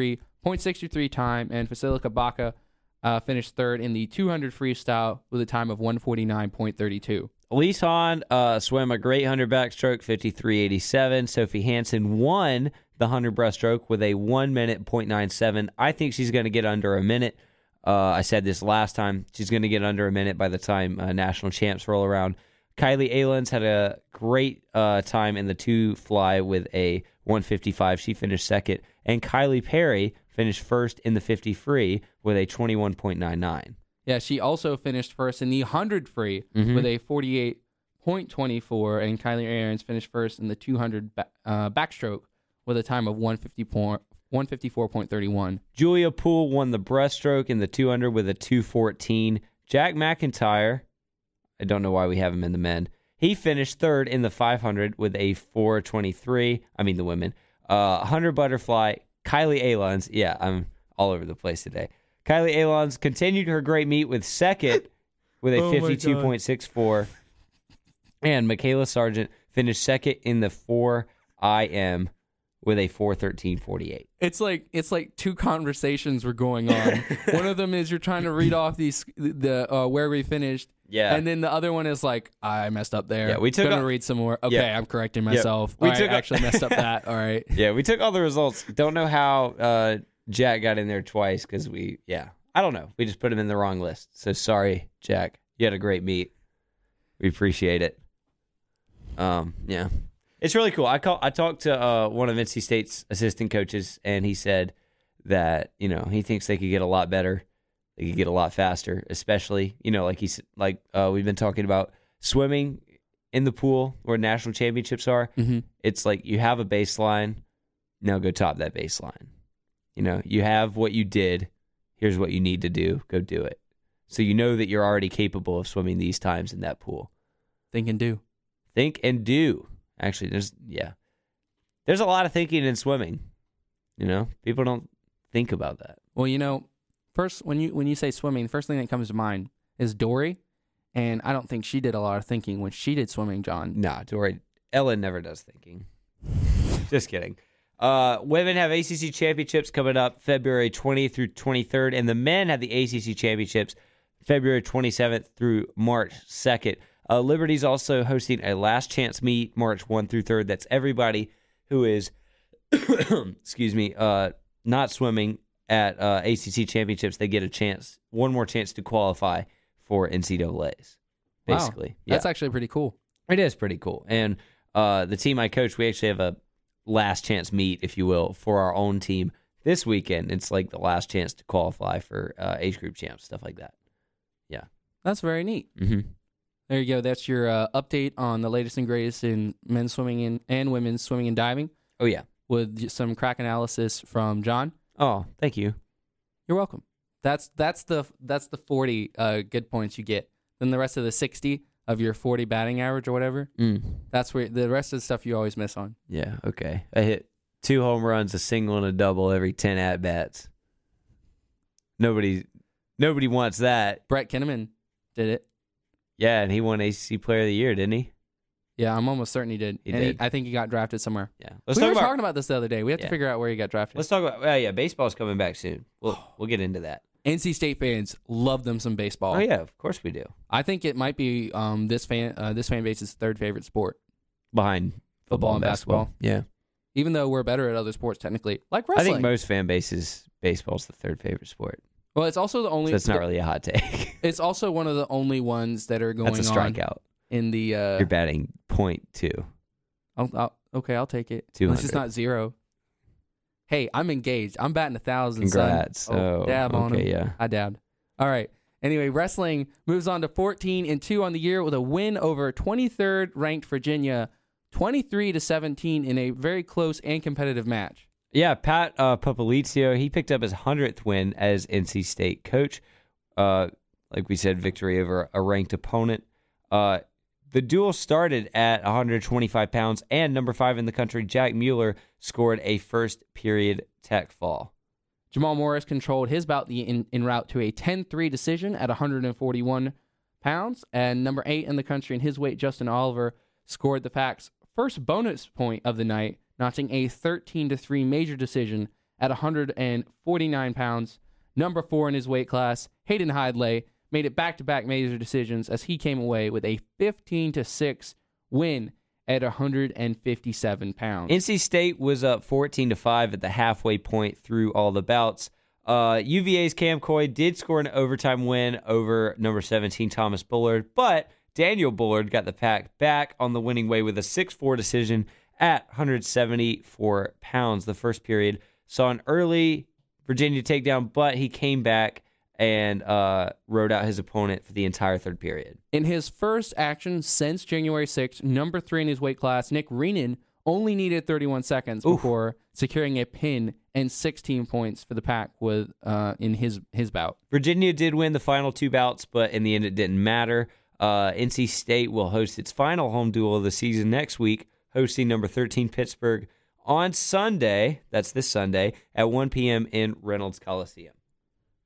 [SPEAKER 1] 953.63 time. And Facilica Baca uh, finished third in the 200 freestyle with a time of 149.32.
[SPEAKER 2] Elise Hahn uh, swam a great 100 backstroke, 53.87. Sophie Hansen won the 100 breaststroke with a 1 minute 0.97. I think she's going to get under a minute. Uh, I said this last time. She's going to get under a minute by the time uh, national champs roll around. Kylie Alens had a great uh, time in the two fly with a 155. She finished second. And Kylie Perry finished first in the 50 free with a 21.99.
[SPEAKER 1] Yeah, she also finished first in the 100 free with a 48.24, and Kylie Aarons finished first in the 200 ba- uh, backstroke with a time of 154, 154.31.
[SPEAKER 2] Julia Poole won the breaststroke in the 200 with a 214. Jack McIntyre, I don't know why we have him in the men. He finished third in the 500 with a 423. I mean, the women. Uh, Hunter Butterfly, Kylie Alons. Yeah, I'm all over the place today. Kylie Alons continued her great meet
[SPEAKER 1] *laughs*
[SPEAKER 2] with second with a
[SPEAKER 1] Oh my God.
[SPEAKER 2] 52.64. And Michaela Sargent finished second in the 4IM with a 413.48.
[SPEAKER 1] It's like it's like two conversations were going *laughs* on. One of them is you're trying to read off these the uh, where we finished,
[SPEAKER 2] Yeah.
[SPEAKER 1] and then the other one is like I messed up there.
[SPEAKER 2] Yeah, we took
[SPEAKER 1] gonna
[SPEAKER 2] a-
[SPEAKER 1] read some more. Okay,
[SPEAKER 2] Yeah.
[SPEAKER 1] I'm correcting
[SPEAKER 2] Yeah.
[SPEAKER 1] myself.
[SPEAKER 2] We
[SPEAKER 1] All right,
[SPEAKER 2] took a-
[SPEAKER 1] actually messed up *laughs* that. All right,
[SPEAKER 2] *laughs* Yeah, we took all the results. Don't know how uh, Jack got in there twice because we, yeah, I don't know. We just put him in the wrong list. So sorry, Jack. You had a great meet. We appreciate it. Um, yeah, it's really cool. I call. I talked to uh, one of NC State's assistant coaches, and he said that you know he thinks they could get a lot better. They could get a lot faster, especially you know like he's like uh, we've been talking about swimming in the pool where national championships are
[SPEAKER 1] mm-hmm.
[SPEAKER 2] it's like you have a baseline. Now go top that baseline. You know, you have what you did. Here's what you need to do. Go do it. So you know that you're already capable of swimming these times in that pool.
[SPEAKER 1] think and do.
[SPEAKER 2] Think and do. Actually, there's yeah. There's a lot of thinking in swimming. You know, people don't think about that.
[SPEAKER 1] Well, you know, first when you when you say swimming, the first thing that comes to mind is Dory, and I don't think she did a lot of thinking when she did swimming, John.
[SPEAKER 2] Nah, Dory. Ellen never does thinking. Just kidding. Uh, women have ACC championships coming up February 20th through 23rd, and the men have the ACC championships February 27th through March 2nd. Uh, Liberty's also hosting a last chance meet March 1 through 3rd. That's everybody who is, *coughs* excuse me, uh, not swimming at uh, ACC championships. They get a chance, one more chance to qualify for NCAA's,
[SPEAKER 1] Wow.
[SPEAKER 2] basically. Yeah.
[SPEAKER 1] That's actually pretty cool.
[SPEAKER 2] It is pretty cool. And uh, the team I coach, we actually have a last chance meet, if you will, for our own team this weekend. It's like the last chance to qualify for uh, age group champs, stuff like that.
[SPEAKER 1] That's very neat.
[SPEAKER 2] Mm-hmm.
[SPEAKER 1] There you go. That's your uh, update on the latest and greatest in men's swimming and, and women's swimming and diving
[SPEAKER 2] Oh, yeah.
[SPEAKER 1] with j- some crack analysis from John.
[SPEAKER 2] Oh, thank you.
[SPEAKER 1] You're welcome. That's that's the that's the 40 uh, good points you get. Then the rest of the 60 of your 40 batting average or whatever.
[SPEAKER 2] Mm.
[SPEAKER 1] That's where the rest of the stuff you always miss on.
[SPEAKER 2] Yeah, okay. I hit two home runs, a single, and a double every 10 at bats. Nobody. Nobody wants that.
[SPEAKER 1] Brett Kinneman did it.
[SPEAKER 2] Yeah, and he won ACC Player of the Year, didn't he?
[SPEAKER 1] Yeah, I'm almost certain he did.
[SPEAKER 2] He
[SPEAKER 1] and
[SPEAKER 2] did.
[SPEAKER 1] I think he got drafted somewhere.
[SPEAKER 2] Yeah. Let's
[SPEAKER 1] we
[SPEAKER 2] talk
[SPEAKER 1] were
[SPEAKER 2] about.
[SPEAKER 1] talking about this the other day. We have
[SPEAKER 2] Yeah.
[SPEAKER 1] to figure out where he got drafted.
[SPEAKER 2] let's talk about. Well, yeah, baseball's coming back soon. We'll we'll get into that.
[SPEAKER 1] NC State fans love them some baseball.
[SPEAKER 2] Oh yeah, of course we do.
[SPEAKER 1] I think it might be um, this fan uh, this fan base's third favorite sport,
[SPEAKER 2] behind
[SPEAKER 1] Football and basketball.
[SPEAKER 2] Yeah,
[SPEAKER 1] even though we're better at other sports technically, like
[SPEAKER 2] I
[SPEAKER 1] wrestling.
[SPEAKER 2] think most fan bases baseball's the third favorite sport.
[SPEAKER 1] well, it's also the only.
[SPEAKER 2] So it's not really a hot take. *laughs*
[SPEAKER 1] It's also one of the only ones that are going
[SPEAKER 2] That's a
[SPEAKER 1] on
[SPEAKER 2] strikeout.
[SPEAKER 1] in the. Uh,
[SPEAKER 2] You're batting point two.
[SPEAKER 1] I'll, I'll, okay, I'll take it. Unless it's
[SPEAKER 2] 200.
[SPEAKER 1] not zero. Hey, I'm engaged. I'm batting a thousand.
[SPEAKER 2] Congrats.
[SPEAKER 1] Son.
[SPEAKER 2] Oh,
[SPEAKER 1] dab on him.
[SPEAKER 2] okay, yeah.
[SPEAKER 1] I dabbed. All right. Anyway, wrestling moves on to 14 and 2 on the year with a win over 23rd ranked Virginia, 23 to 17 in a very close and competitive match.
[SPEAKER 2] Yeah, Pat uh, Papalizio, he picked up his 100th win as NC State coach. Uh, like we said, victory over a ranked opponent. Uh, the duel started at 125 pounds, and number five in the country, Jack Mueller, scored a first period tech fall.
[SPEAKER 1] Jamal Morris controlled his bout the in, en route to a 10-3 decision at 141 pounds, and number eight in the country in his weight, Justin Oliver, scored the Pac's first bonus point of the night, notching a 13-3 major decision at 149 pounds. Number four in his weight class, Hayden Hidley, made it back-to-back major decisions as he came away with a 15-6 win at 157 pounds.
[SPEAKER 2] NC State was up 14 to 5 at the halfway point through all the bouts. Uh, UVA's Cam Coy did score an overtime win over number 17 Thomas Bullard, but Daniel Bullard got the pack back on the winning way with a 6 4 decision at 174 pounds. The first period saw an early Virginia takedown, but he came back and uh, rode out his opponent for the entire third period.
[SPEAKER 1] In his first action since January 6th, number three in his weight class, Nick Renan only needed 31 seconds before securing a pin and 16 points for the pack with uh, in his his bout.
[SPEAKER 2] Virginia did win the final two bouts, but in the end, it didn't matter. Uh, NC State will host its final home duel of the season next week, hosting number 13 Pittsburgh on Sunday. That's this Sunday at 1 p.m. in Reynolds Coliseum.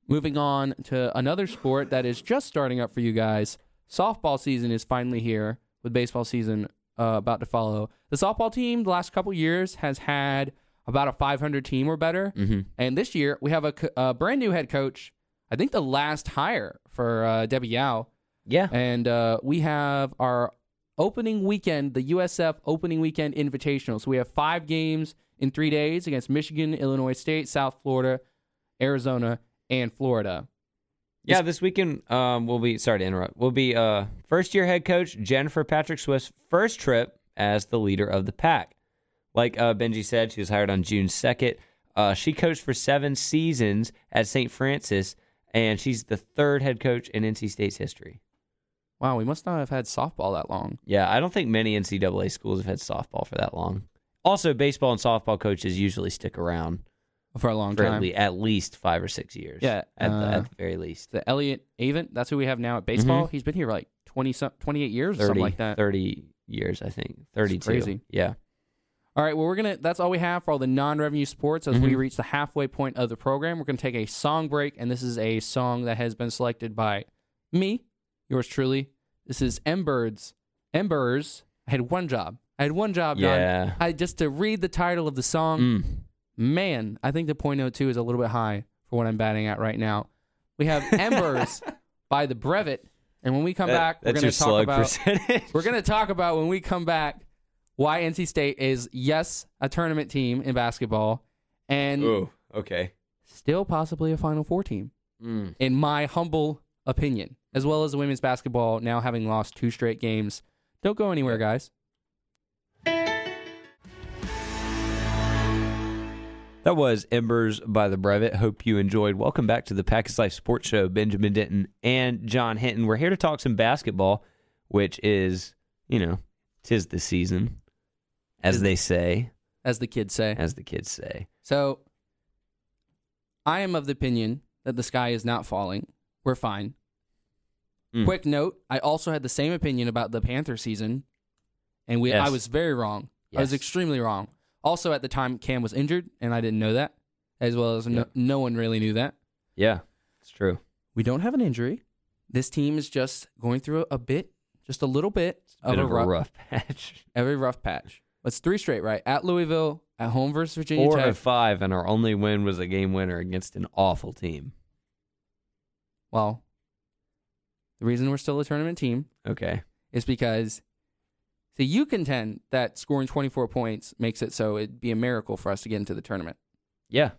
[SPEAKER 1] Moving on to another sport that is just starting up for you guys. Softball season is finally here, with baseball season uh, about to follow. The softball team the last couple years has had about a 500 team or better, and this year we have a, co- a brand new head coach. I think the last hire for uh, Debbie Yao.
[SPEAKER 2] Yeah.
[SPEAKER 1] *laughs* And uh, we have our opening weekend, the USF opening weekend invitational. So we have five games in three days against Michigan, Illinois State, South Florida, Arizona, and Florida.
[SPEAKER 2] Yeah, this weekend um, we'll be sorry to interrupt. We'll be uh, first year head coach Jennifer Patrick Swift's first trip as the leader of the pack. Like uh, Benji said, she was hired on June second. Uh, she coached for seven seasons at St. Francis, and she's the third head coach in NC State's history.
[SPEAKER 1] Wow, we must not have had softball that long.
[SPEAKER 2] Yeah, I don't think many NCAA schools have had softball for that long. Also, baseball and softball coaches usually stick around
[SPEAKER 1] For a long
[SPEAKER 2] for at,
[SPEAKER 1] time.
[SPEAKER 2] le- at least five or six years.
[SPEAKER 1] Yeah,
[SPEAKER 2] at, the,
[SPEAKER 1] uh,
[SPEAKER 2] at the very least.
[SPEAKER 1] The Elliot Avent, that's who we have now at baseball.
[SPEAKER 2] Mm-hmm.
[SPEAKER 1] He's been here like 20, some- 28 years or
[SPEAKER 2] 30,
[SPEAKER 1] something like that.
[SPEAKER 2] 30 years, I think. 32.
[SPEAKER 1] crazy.
[SPEAKER 2] Yeah.
[SPEAKER 1] All right, well, we're going to, that's all we have for all the non revenue sports as
[SPEAKER 2] Mm-hmm.
[SPEAKER 1] we reach the halfway point of the program. We're going to take a song break, and this is a song that has been selected by me, yours truly. This is Embers. Embers. I had one job. I had one job done.
[SPEAKER 2] Yeah.
[SPEAKER 1] I just to read the title of the song.
[SPEAKER 2] Mm.
[SPEAKER 1] man, I think the .02 is a little bit high for what I'm batting at right now. We
[SPEAKER 2] *laughs*
[SPEAKER 1] have Embers by the Brevet, and when we come back, we're
[SPEAKER 2] that's
[SPEAKER 1] going
[SPEAKER 2] your
[SPEAKER 1] to talk
[SPEAKER 2] slug *laughs*
[SPEAKER 1] about *laughs*
[SPEAKER 2] percentage.
[SPEAKER 1] we're going to talk about when we come back why NC State is yes a tournament team in basketball and
[SPEAKER 2] Ooh, okay.
[SPEAKER 1] still possibly a Final Four team,
[SPEAKER 2] Mm.
[SPEAKER 1] in my humble opinion, as well as the women's basketball now having lost two straight games. Don't go anywhere, guys.
[SPEAKER 2] That was Embers by the Brevet. Hope you enjoyed. Welcome back to the Packers Life Sports Show. Benjamin Denton and John Hinton. We're here to talk some basketball, which is, you know, tis the season, as they say,
[SPEAKER 1] As the kids say.
[SPEAKER 2] as the kids say.
[SPEAKER 1] So I am of the opinion that the sky is not falling. We're fine.
[SPEAKER 2] Mm.
[SPEAKER 1] Quick note, I also had the same opinion about the Panther season and we I
[SPEAKER 2] Yes.
[SPEAKER 1] was very wrong. I was
[SPEAKER 2] Yes.
[SPEAKER 1] extremely wrong. Also at the time Cam was injured and I didn't know that as well as no,
[SPEAKER 2] Yeah.
[SPEAKER 1] no one really knew that.
[SPEAKER 2] Yeah, it's true.
[SPEAKER 1] We don't have an injury. This team is just going through a bit, just a little bit of
[SPEAKER 2] Bit
[SPEAKER 1] a,
[SPEAKER 2] of
[SPEAKER 1] rough,
[SPEAKER 2] rough *laughs* patch.
[SPEAKER 1] every rough patch. That's three straight, right? At Louisville, at home versus Virginia
[SPEAKER 2] Four
[SPEAKER 1] Tech.
[SPEAKER 2] of five, and our only win was a game winner against an awful team.
[SPEAKER 1] Well, the reason we're still a tournament team
[SPEAKER 2] Okay.
[SPEAKER 1] is because so you contend that scoring 24 points makes it so it'd be a miracle for us to get into the tournament.
[SPEAKER 2] Yeah.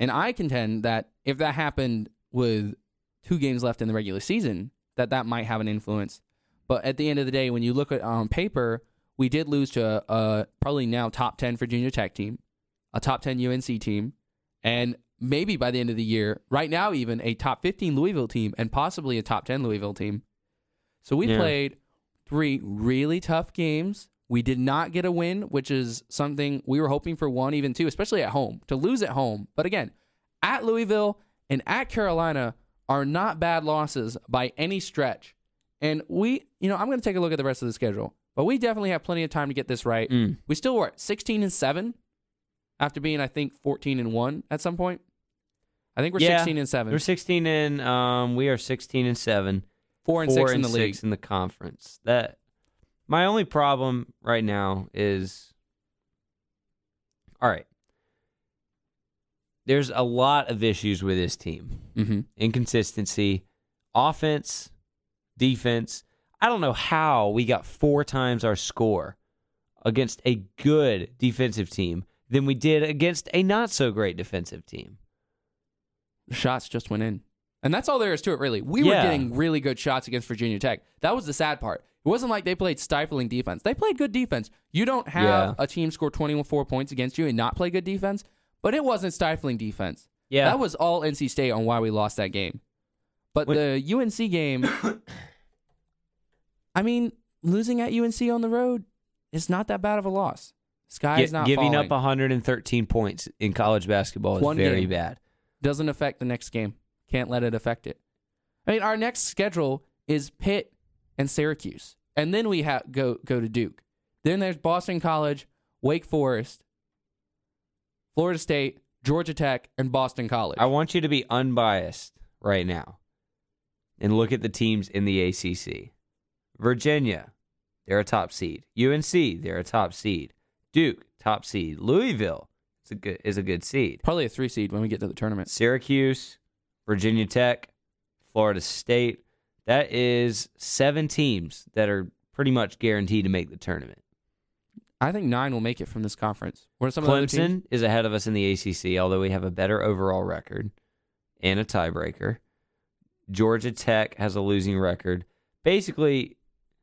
[SPEAKER 1] And I contend that if that happened with two games left in the regular season, that that might have an influence. But at the end of the day, when you look at on paper, we did lose to a, a probably now top 10 Virginia Tech team, a top 10 UNC team, and maybe by the end of the year, right now even a top 15 Louisville team and possibly a top 10 Louisville team. So we
[SPEAKER 2] Yeah.
[SPEAKER 1] played three really tough games We did not get a win, which is something we were hoping for one, even two, especially at home, to lose at home. But again, at Louisville and at Carolina are not bad losses by any stretch. And we, you know, I'm going to take a look at the rest of the schedule, but we definitely have plenty of time to get this right.
[SPEAKER 2] Mm.
[SPEAKER 1] We still were at 16 and 7 after being, I think, 14 and 1 at some point. I think we're
[SPEAKER 2] Yeah.
[SPEAKER 1] 16 and 7.
[SPEAKER 2] We're 16 and um, we are 16 and seven.
[SPEAKER 1] 4 and 6 in the league.
[SPEAKER 2] six in the conference. That my only problem right now is all right. There's a lot of issues with this team.
[SPEAKER 1] Mm-hmm.
[SPEAKER 2] Inconsistency, offense, defense. I don't know how we got four times our score against a good defensive team than we did against a not so great defensive team.
[SPEAKER 1] shots just went in. And that's all there is to it, really. We were
[SPEAKER 2] Yeah.
[SPEAKER 1] getting really good shots against Virginia Tech. That was the sad part. It wasn't like they played stifling defense. They played good defense. You don't have
[SPEAKER 2] Yeah.
[SPEAKER 1] a team score 24 points against you and not play good defense, but it wasn't stifling defense.
[SPEAKER 2] Yeah.
[SPEAKER 1] That was all NC State on why we lost that game. But
[SPEAKER 2] When-
[SPEAKER 1] the UNC game, *coughs* I mean, losing at UNC on the road is not that bad of a loss. Sky is
[SPEAKER 2] Gi-
[SPEAKER 1] not
[SPEAKER 2] giving
[SPEAKER 1] falling.
[SPEAKER 2] up 113 points in college basketball is
[SPEAKER 1] One
[SPEAKER 2] very
[SPEAKER 1] game.
[SPEAKER 2] bad.
[SPEAKER 1] doesn't affect the next game. Can't let it affect it. I mean, our next schedule is Pitt and Syracuse, and then we ha- go go to Duke. Then there's Boston College, Wake Forest, Florida State, Georgia Tech, and Boston College.
[SPEAKER 2] I want you to be unbiased right now and look at the teams in the ACC. Virginia, they're a top seed. UNC, they're a top seed. Duke, top seed. Louisville is a good, is a good seed.
[SPEAKER 1] Probably a three seed when we get to the tournament.
[SPEAKER 2] Syracuse, Virginia Tech, Florida State. That is seven teams that are pretty much guaranteed to make the tournament.
[SPEAKER 1] I think nine will make it from this conference. What are some of the other teams?
[SPEAKER 2] Clemson is ahead of us in the ACC, although we have a better overall record and a tiebreaker. Georgia Tech has a losing record. Basically,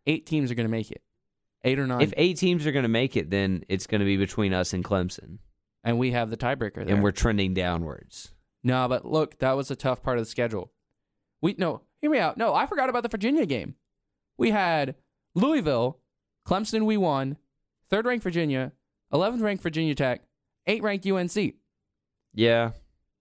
[SPEAKER 1] Eight teams are going to make it, eight or nine,
[SPEAKER 2] if eight teams are going to make it, then it's going to be between us and Clemson,
[SPEAKER 1] and we have the tiebreaker. There.
[SPEAKER 2] and we're trending downwards.
[SPEAKER 1] No, but look, that was a tough part of the schedule. We no, hear me out. No, I forgot about the Virginia game. We had Louisville, Clemson. We won. Third ranked Virginia, eleventh ranked Virginia Tech, eight ranked UNC.
[SPEAKER 2] Yeah.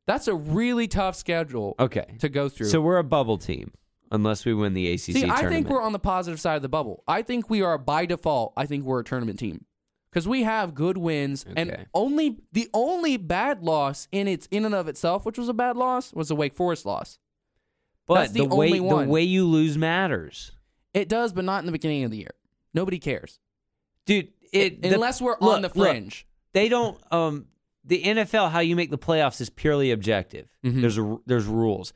[SPEAKER 1] That's a really tough schedule
[SPEAKER 2] Okay.
[SPEAKER 1] to go through.
[SPEAKER 2] So we're a bubble team unless we win the ACC
[SPEAKER 1] See,
[SPEAKER 2] tournament.
[SPEAKER 1] I think we're on the positive side of the bubble. I think we are by default. I think we're a tournament team because we have good wins and
[SPEAKER 2] Okay.
[SPEAKER 1] only the only bad loss in its in and of itself, which was a bad loss, was the Wake Forest loss.
[SPEAKER 2] but
[SPEAKER 1] that's the
[SPEAKER 2] the, way
[SPEAKER 1] only one.
[SPEAKER 2] the way you lose matters,
[SPEAKER 1] It does, but not in the beginning of the year. Nobody cares
[SPEAKER 2] dude. It, the-
[SPEAKER 1] unless we're on
[SPEAKER 2] look,
[SPEAKER 1] the
[SPEAKER 2] look,
[SPEAKER 1] fringe.
[SPEAKER 2] they don't um the NFL how you make the playoffs is purely objective.
[SPEAKER 1] Mhm.
[SPEAKER 2] There's a, there's rules.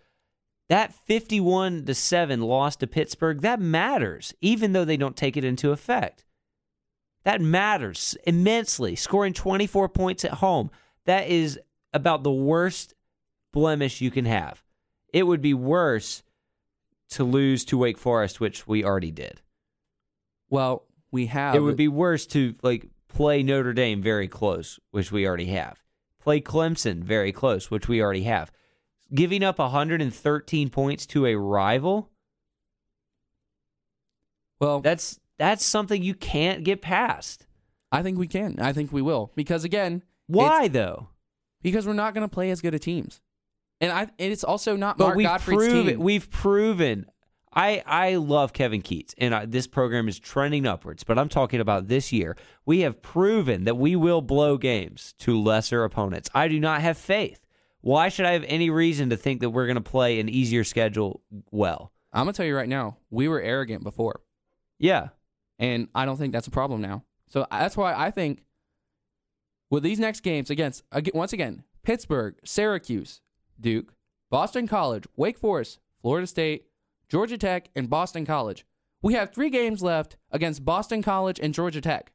[SPEAKER 2] That 51 to 7 loss to Pittsburgh, that matters even though they don't take it into effect. That matters immensely. Scoring 24 points at home, that is about the worst blemish you can have. It would be worse to lose to Wake Forest, which we already did.
[SPEAKER 1] Well, we have.
[SPEAKER 2] It would be worse to like play Notre Dame very close, which we already have. Play Clemson very close, which we already have. Giving up 113 points to a rival,
[SPEAKER 1] well.
[SPEAKER 2] that's that's something you can't get past.
[SPEAKER 1] I think we can. I think we will because again,
[SPEAKER 2] Why
[SPEAKER 1] it's-
[SPEAKER 2] though?
[SPEAKER 1] Because we're not going to play as good of teams, and I. And it's also not
[SPEAKER 2] But
[SPEAKER 1] Mark
[SPEAKER 2] we've
[SPEAKER 1] Godfrey's
[SPEAKER 2] proven
[SPEAKER 1] team.
[SPEAKER 2] we've proven I I love Kevin Keats and I, this program is trending upwards, but I'm talking about this year. We have proven that we will blow games to lesser opponents. I do not have faith. Why should I have any reason to think that we're going to play an easier schedule well?
[SPEAKER 1] I'm gonna tell you right now, we were arrogant before,
[SPEAKER 2] Yeah.
[SPEAKER 1] and I don't think that's a problem now. So I- that's why I think with these next games against ag- once again Pittsburgh, Syracuse, Duke, Boston College, Wake Forest, Florida State, Georgia Tech, and Boston College. We have three games left against Boston College and Georgia Tech.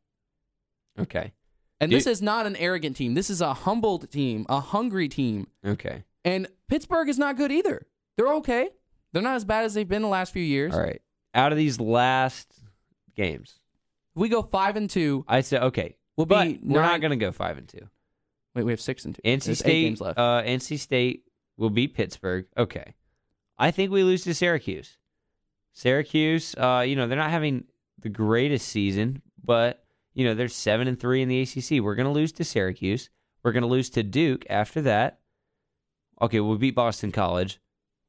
[SPEAKER 2] Okay.
[SPEAKER 1] And
[SPEAKER 2] Do-
[SPEAKER 1] this is not an arrogant team. This is a humbled team, a hungry team.
[SPEAKER 2] Okay.
[SPEAKER 1] And Pittsburgh is not good either. They're okay. They're not as bad as they've been the last few years.
[SPEAKER 2] All right. Out of these last games,
[SPEAKER 1] If we go five and two,
[SPEAKER 2] I said okay.
[SPEAKER 1] we'll
[SPEAKER 2] but
[SPEAKER 1] be
[SPEAKER 2] we're
[SPEAKER 1] nine-
[SPEAKER 2] not going to go 5 and 2.
[SPEAKER 1] Wait, we have six and two.
[SPEAKER 2] NC
[SPEAKER 1] There's
[SPEAKER 2] State,
[SPEAKER 1] eight games left.
[SPEAKER 2] Uh, NC State will beat Pittsburgh. Okay, I think we lose to Syracuse. Syracuse, uh, you know, they're not having the greatest season, but you know, they're seven and three in the ACC. We're going to lose to Syracuse. We're going to lose to Duke after that. Okay, we'll beat Boston College.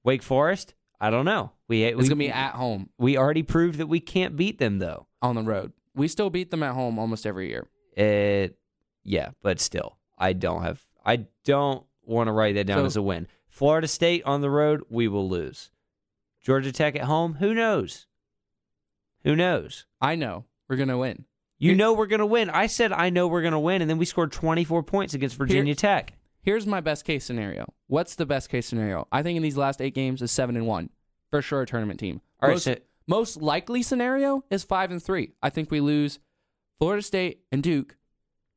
[SPEAKER 2] Wake Forest? I don't know. We
[SPEAKER 1] It's
[SPEAKER 2] we,
[SPEAKER 1] gonna be at home
[SPEAKER 2] we already proved that we can't beat them though.
[SPEAKER 1] on the road. We still beat them at home almost every year.
[SPEAKER 2] It yeah, but still, I don't have I don't want to write that down
[SPEAKER 1] So-
[SPEAKER 2] as a win. Florida State on the road, we will lose. Georgia Tech at home, who knows? Who knows?
[SPEAKER 1] I know we're gonna win.
[SPEAKER 2] You
[SPEAKER 1] Here-
[SPEAKER 2] know we're going to win. I said I know we're going to win and then we scored 24 points against Virginia Tech.
[SPEAKER 1] Here's my best case scenario. What's the best case scenario? I think in these last eight games is seven and one for sure a tournament team.
[SPEAKER 2] All right,
[SPEAKER 1] most,
[SPEAKER 2] so-
[SPEAKER 1] most likely scenario is five and three. I think we lose Florida State and Duke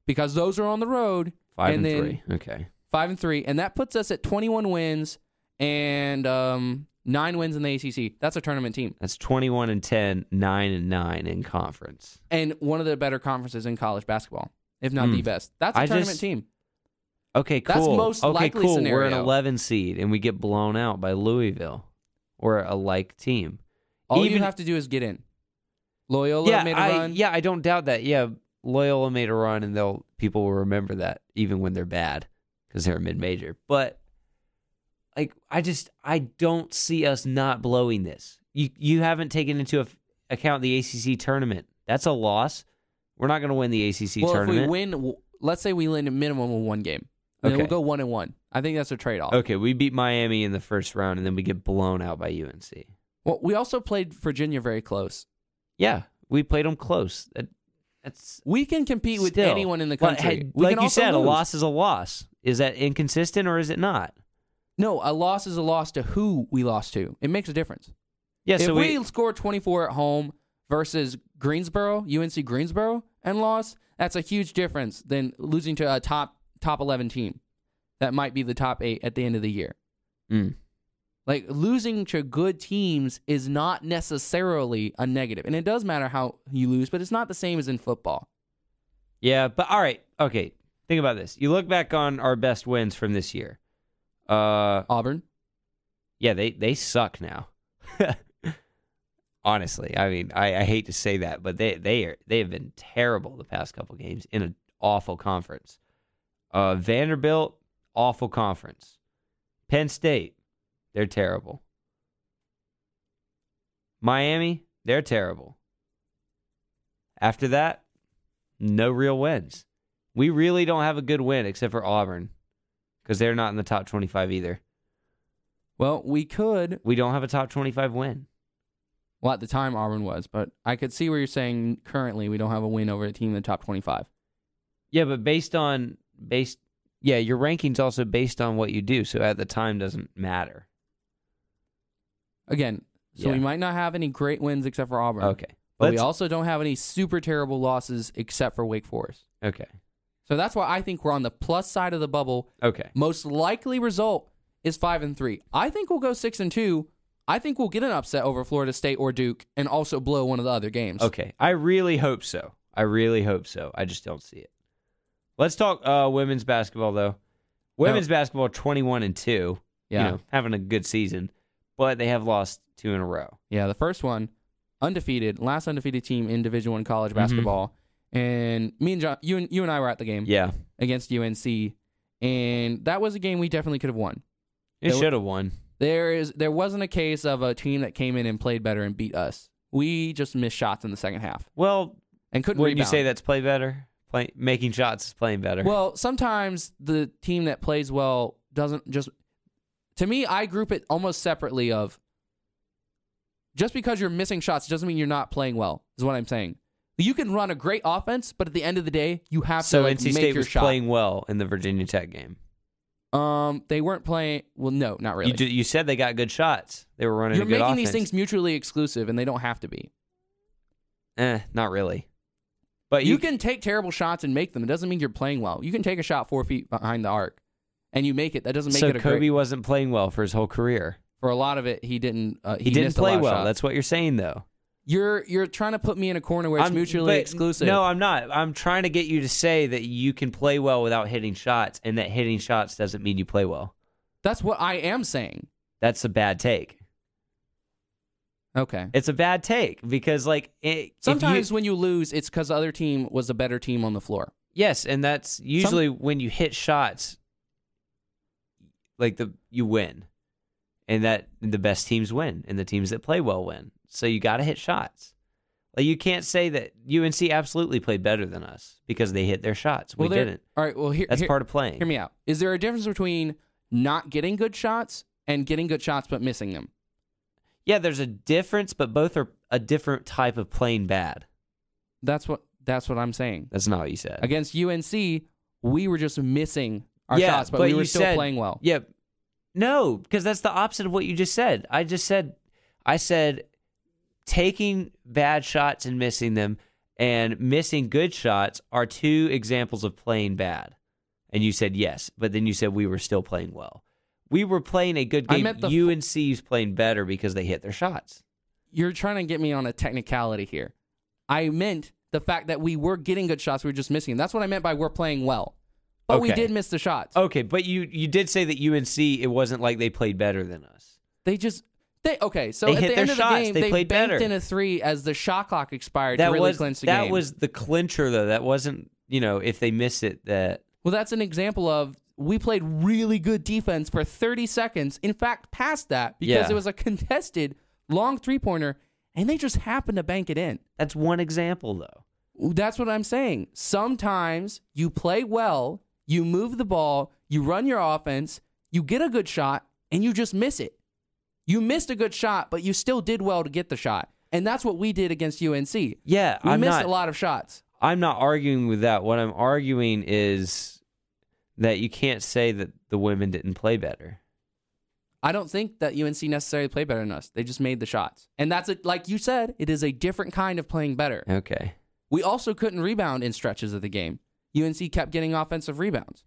[SPEAKER 1] because those are on the road.
[SPEAKER 2] 5
[SPEAKER 1] and
[SPEAKER 2] and,
[SPEAKER 1] then
[SPEAKER 2] 3. Okay.
[SPEAKER 1] five and three, and that puts us at 21 wins and um, nine wins in the ACC. That's a tournament team
[SPEAKER 2] That's 21 and 10, 9 and 9 in conference.
[SPEAKER 1] and one of the better conferences in college basketball, if not the
[SPEAKER 2] Mm.
[SPEAKER 1] best. That's a
[SPEAKER 2] I
[SPEAKER 1] tournament
[SPEAKER 2] just-
[SPEAKER 1] team.
[SPEAKER 2] Okay, cool.
[SPEAKER 1] That's most
[SPEAKER 2] okay,
[SPEAKER 1] likely
[SPEAKER 2] cool. We're an
[SPEAKER 1] scenario.
[SPEAKER 2] 11 seed and we get blown out by Louisville or a like team.
[SPEAKER 1] All you
[SPEAKER 2] Even-
[SPEAKER 1] have to do is get in. Loyola
[SPEAKER 2] yeah,
[SPEAKER 1] made a
[SPEAKER 2] I,
[SPEAKER 1] run.
[SPEAKER 2] yeah, I don't doubt that. Yeah, Loyola made a run and they'll people will remember that even when they're bad because they're a mid major. But like, I just I don't see us not blowing this. You you haven't taken into af- account the ACC tournament. That's a loss. We're not going to win the ACC
[SPEAKER 1] well, if
[SPEAKER 2] tournament.
[SPEAKER 1] we win, w- let's say we win a minimum of one game, and then
[SPEAKER 2] Okay.
[SPEAKER 1] we'll go one and one. I think that's a trade off.
[SPEAKER 2] Okay, we beat Miami in the first round, and then we get blown out by UNC.
[SPEAKER 1] Well, we also played Virginia very close.
[SPEAKER 2] Yeah, we played them close. That, that's
[SPEAKER 1] We can compete with
[SPEAKER 2] still-
[SPEAKER 1] anyone in the
[SPEAKER 2] But,
[SPEAKER 1] country.
[SPEAKER 2] hey,
[SPEAKER 1] We
[SPEAKER 2] like
[SPEAKER 1] can
[SPEAKER 2] you
[SPEAKER 1] also
[SPEAKER 2] said,
[SPEAKER 1] lose.
[SPEAKER 2] a loss is a loss. Is that inconsistent or is it not?
[SPEAKER 1] No, a loss is a loss to who we lost to. It makes a difference.
[SPEAKER 2] Yeah.
[SPEAKER 1] if
[SPEAKER 2] so
[SPEAKER 1] we, score 24 at home versus Greensboro, UNC Greensboro, and loss, that's a huge difference than losing to a top top 11 team that might be the top eight at the end of the year.
[SPEAKER 2] Mm.
[SPEAKER 1] Like losing to good teams is not necessarily a negative, and it does matter how you lose, but it's not the same as in football.
[SPEAKER 2] Yeah, but all right. Okay. Think about this. You look back on our best wins from this year. Uh
[SPEAKER 1] Auburn,
[SPEAKER 2] yeah, they they suck now. *laughs* Honestly, I mean, I, I hate to say that, but they they are they have been terrible the past couple games in an awful conference. Uh, Vanderbilt, awful conference. Penn State, they're terrible. Miami, they're terrible. After that, no real wins. We really don't have a good win except for Auburn because they're not in the top 25 either.
[SPEAKER 1] well, we could.
[SPEAKER 2] We don't have a top 25 win.
[SPEAKER 1] Well, at the time, Auburn was, but I could see where you're saying currently we don't have a win over a team in the top 25.
[SPEAKER 2] Yeah, but based on based yeah, your ranking's also based on what you do, so at the time doesn't matter.
[SPEAKER 1] Again, so
[SPEAKER 2] Yeah.
[SPEAKER 1] we might not have any great wins except for Auburn.
[SPEAKER 2] Okay.
[SPEAKER 1] But we
[SPEAKER 2] Let's-
[SPEAKER 1] also don't have any super terrible losses except for Wake Forest.
[SPEAKER 2] Okay.
[SPEAKER 1] So that's why I think we're on the plus side of the bubble.
[SPEAKER 2] Okay.
[SPEAKER 1] Most likely result is five and three. I think we'll go six and two. I think we'll get an upset over Florida State or Duke and also blow one of the other games.
[SPEAKER 2] Okay. I really hope so. I really hope so. I just don't see it. Let's talk uh women's basketball though. Women's basketball 21 and 2,
[SPEAKER 1] Yeah.
[SPEAKER 2] you know, having a good season, but they have lost two in a row.
[SPEAKER 1] Yeah. The first one, undefeated, last undefeated team in Division One college
[SPEAKER 2] Mm-hmm.
[SPEAKER 1] basketball. And me and John, you and you and I were at the game
[SPEAKER 2] Yeah.
[SPEAKER 1] against UNC, and that was a game we definitely could have won.
[SPEAKER 2] It
[SPEAKER 1] They-
[SPEAKER 2] should have won.
[SPEAKER 1] There is there wasn't a case of a team that came in and played better and beat us. We just missed shots in the second half
[SPEAKER 2] Well,
[SPEAKER 1] and couldn't
[SPEAKER 2] wouldn't you
[SPEAKER 1] rebound.
[SPEAKER 2] say that's play better? Play, making shots is playing better.
[SPEAKER 1] Well, sometimes the team that plays well doesn't just to me I group it almost separately of just because you're missing shots doesn't mean you're not playing well. Is what I'm saying. You can run a great offense, but at the end of the day, you have
[SPEAKER 2] so
[SPEAKER 1] to like,
[SPEAKER 2] NC
[SPEAKER 1] make
[SPEAKER 2] State
[SPEAKER 1] your
[SPEAKER 2] was
[SPEAKER 1] shot.
[SPEAKER 2] playing well in the Virginia Tech game.
[SPEAKER 1] um, they weren't playing. Well, no, not really.
[SPEAKER 2] You, ju- you said they got good shots. They were running
[SPEAKER 1] you're
[SPEAKER 2] a good
[SPEAKER 1] making
[SPEAKER 2] offense.
[SPEAKER 1] these things mutually exclusive, and they don't have to be.
[SPEAKER 2] Eh, not really. But
[SPEAKER 1] you, can take terrible shots and make them. It doesn't mean you're playing well. You can take a shot four feet behind the arc, and you make it. That doesn't make
[SPEAKER 2] So
[SPEAKER 1] it a
[SPEAKER 2] Kobe
[SPEAKER 1] great.
[SPEAKER 2] wasn't playing well for his whole career.
[SPEAKER 1] For a lot of it, he didn't. Uh, he,
[SPEAKER 2] He, didn't
[SPEAKER 1] missed a
[SPEAKER 2] play
[SPEAKER 1] lot of
[SPEAKER 2] well.
[SPEAKER 1] shots.
[SPEAKER 2] That's what you're saying, though.
[SPEAKER 1] you're you're trying to put me in a corner where it's
[SPEAKER 2] I'm-
[SPEAKER 1] mutually
[SPEAKER 2] but-
[SPEAKER 1] exclusive.
[SPEAKER 2] No, I'm not. I'm trying to get you to say that you can play well without hitting shots, and that hitting shots doesn't mean you play well.
[SPEAKER 1] that's what I am saying.
[SPEAKER 2] That's a bad take.
[SPEAKER 1] Okay.
[SPEAKER 2] It's a bad take because like it, if you-
[SPEAKER 1] Sometimes when you lose, it's because the other team was the better team on the floor.
[SPEAKER 2] yes, and that's usually when you hit shots, like the you win, and that the best teams win, and the teams that play well win. So you got to hit shots. Like you can't say that UNC absolutely played better than us because they hit their shots. We
[SPEAKER 1] Well, there-
[SPEAKER 2] didn't.
[SPEAKER 1] All right. Well, here,
[SPEAKER 2] That's
[SPEAKER 1] here-
[SPEAKER 2] part of playing.
[SPEAKER 1] Hear me out. Is there a difference between not getting good shots and getting good shots but missing them?
[SPEAKER 2] Yeah, there's a difference, but both are a different type of playing bad.
[SPEAKER 1] That's what that's what I'm saying.
[SPEAKER 2] That's not what you said.
[SPEAKER 1] Against UNC, we were just missing our
[SPEAKER 2] yeah,
[SPEAKER 1] shots, but, we
[SPEAKER 2] you
[SPEAKER 1] were still
[SPEAKER 2] said-
[SPEAKER 1] playing well.
[SPEAKER 2] Yeah. No, because that's the opposite of what you just said. I just said, I said, taking bad shots and missing them and missing good shots are two examples of playing bad. And you said yes, but then you said we were still playing well. We were playing a good
[SPEAKER 1] I
[SPEAKER 2] game.
[SPEAKER 1] meant the f-
[SPEAKER 2] UNC's playing better because they hit their shots.
[SPEAKER 1] You're trying to get me on a technicality here. I meant the fact that we were getting good shots, we were just missing them. That's what I meant by we're playing well. But we
[SPEAKER 2] Okay. Oh.
[SPEAKER 1] did miss the shots.
[SPEAKER 2] Okay, but you you did say that UNC it wasn't like they played better than us.
[SPEAKER 1] They just they okay, so
[SPEAKER 2] They
[SPEAKER 1] at
[SPEAKER 2] hit
[SPEAKER 1] the
[SPEAKER 2] their
[SPEAKER 1] end of the
[SPEAKER 2] shots.
[SPEAKER 1] game,
[SPEAKER 2] They
[SPEAKER 1] they,
[SPEAKER 2] played
[SPEAKER 1] banked
[SPEAKER 2] better.
[SPEAKER 1] in a three as the shot clock expired
[SPEAKER 2] that
[SPEAKER 1] to really
[SPEAKER 2] was
[SPEAKER 1] clinch the
[SPEAKER 2] that
[SPEAKER 1] game.
[SPEAKER 2] was the clincher though. That wasn't you know if they miss it that
[SPEAKER 1] Well, that's an example of we played really good defense for 30 seconds. In fact, past that because
[SPEAKER 2] Yeah.
[SPEAKER 1] it was a contested long three pointer, and they just happened to bank it in.
[SPEAKER 2] that's one example though.
[SPEAKER 1] That's what I'm saying. Sometimes you play well, you move the ball, you run your offense, you get a good shot, and you just miss it. You missed a good shot, but you still did well to get the shot. And that's what we did against UNC. We
[SPEAKER 2] Yeah, I'm
[SPEAKER 1] missed
[SPEAKER 2] not.
[SPEAKER 1] a lot of shots.
[SPEAKER 2] I'm not arguing with that. What I'm arguing is that you can't say that the women didn't play better.
[SPEAKER 1] I don't think that UNC necessarily played better than us. They just made the shots. And that's it. Like you said, it is a different kind of playing better.
[SPEAKER 2] Okay.
[SPEAKER 1] We also couldn't rebound in stretches of the game. UNC kept getting offensive rebounds.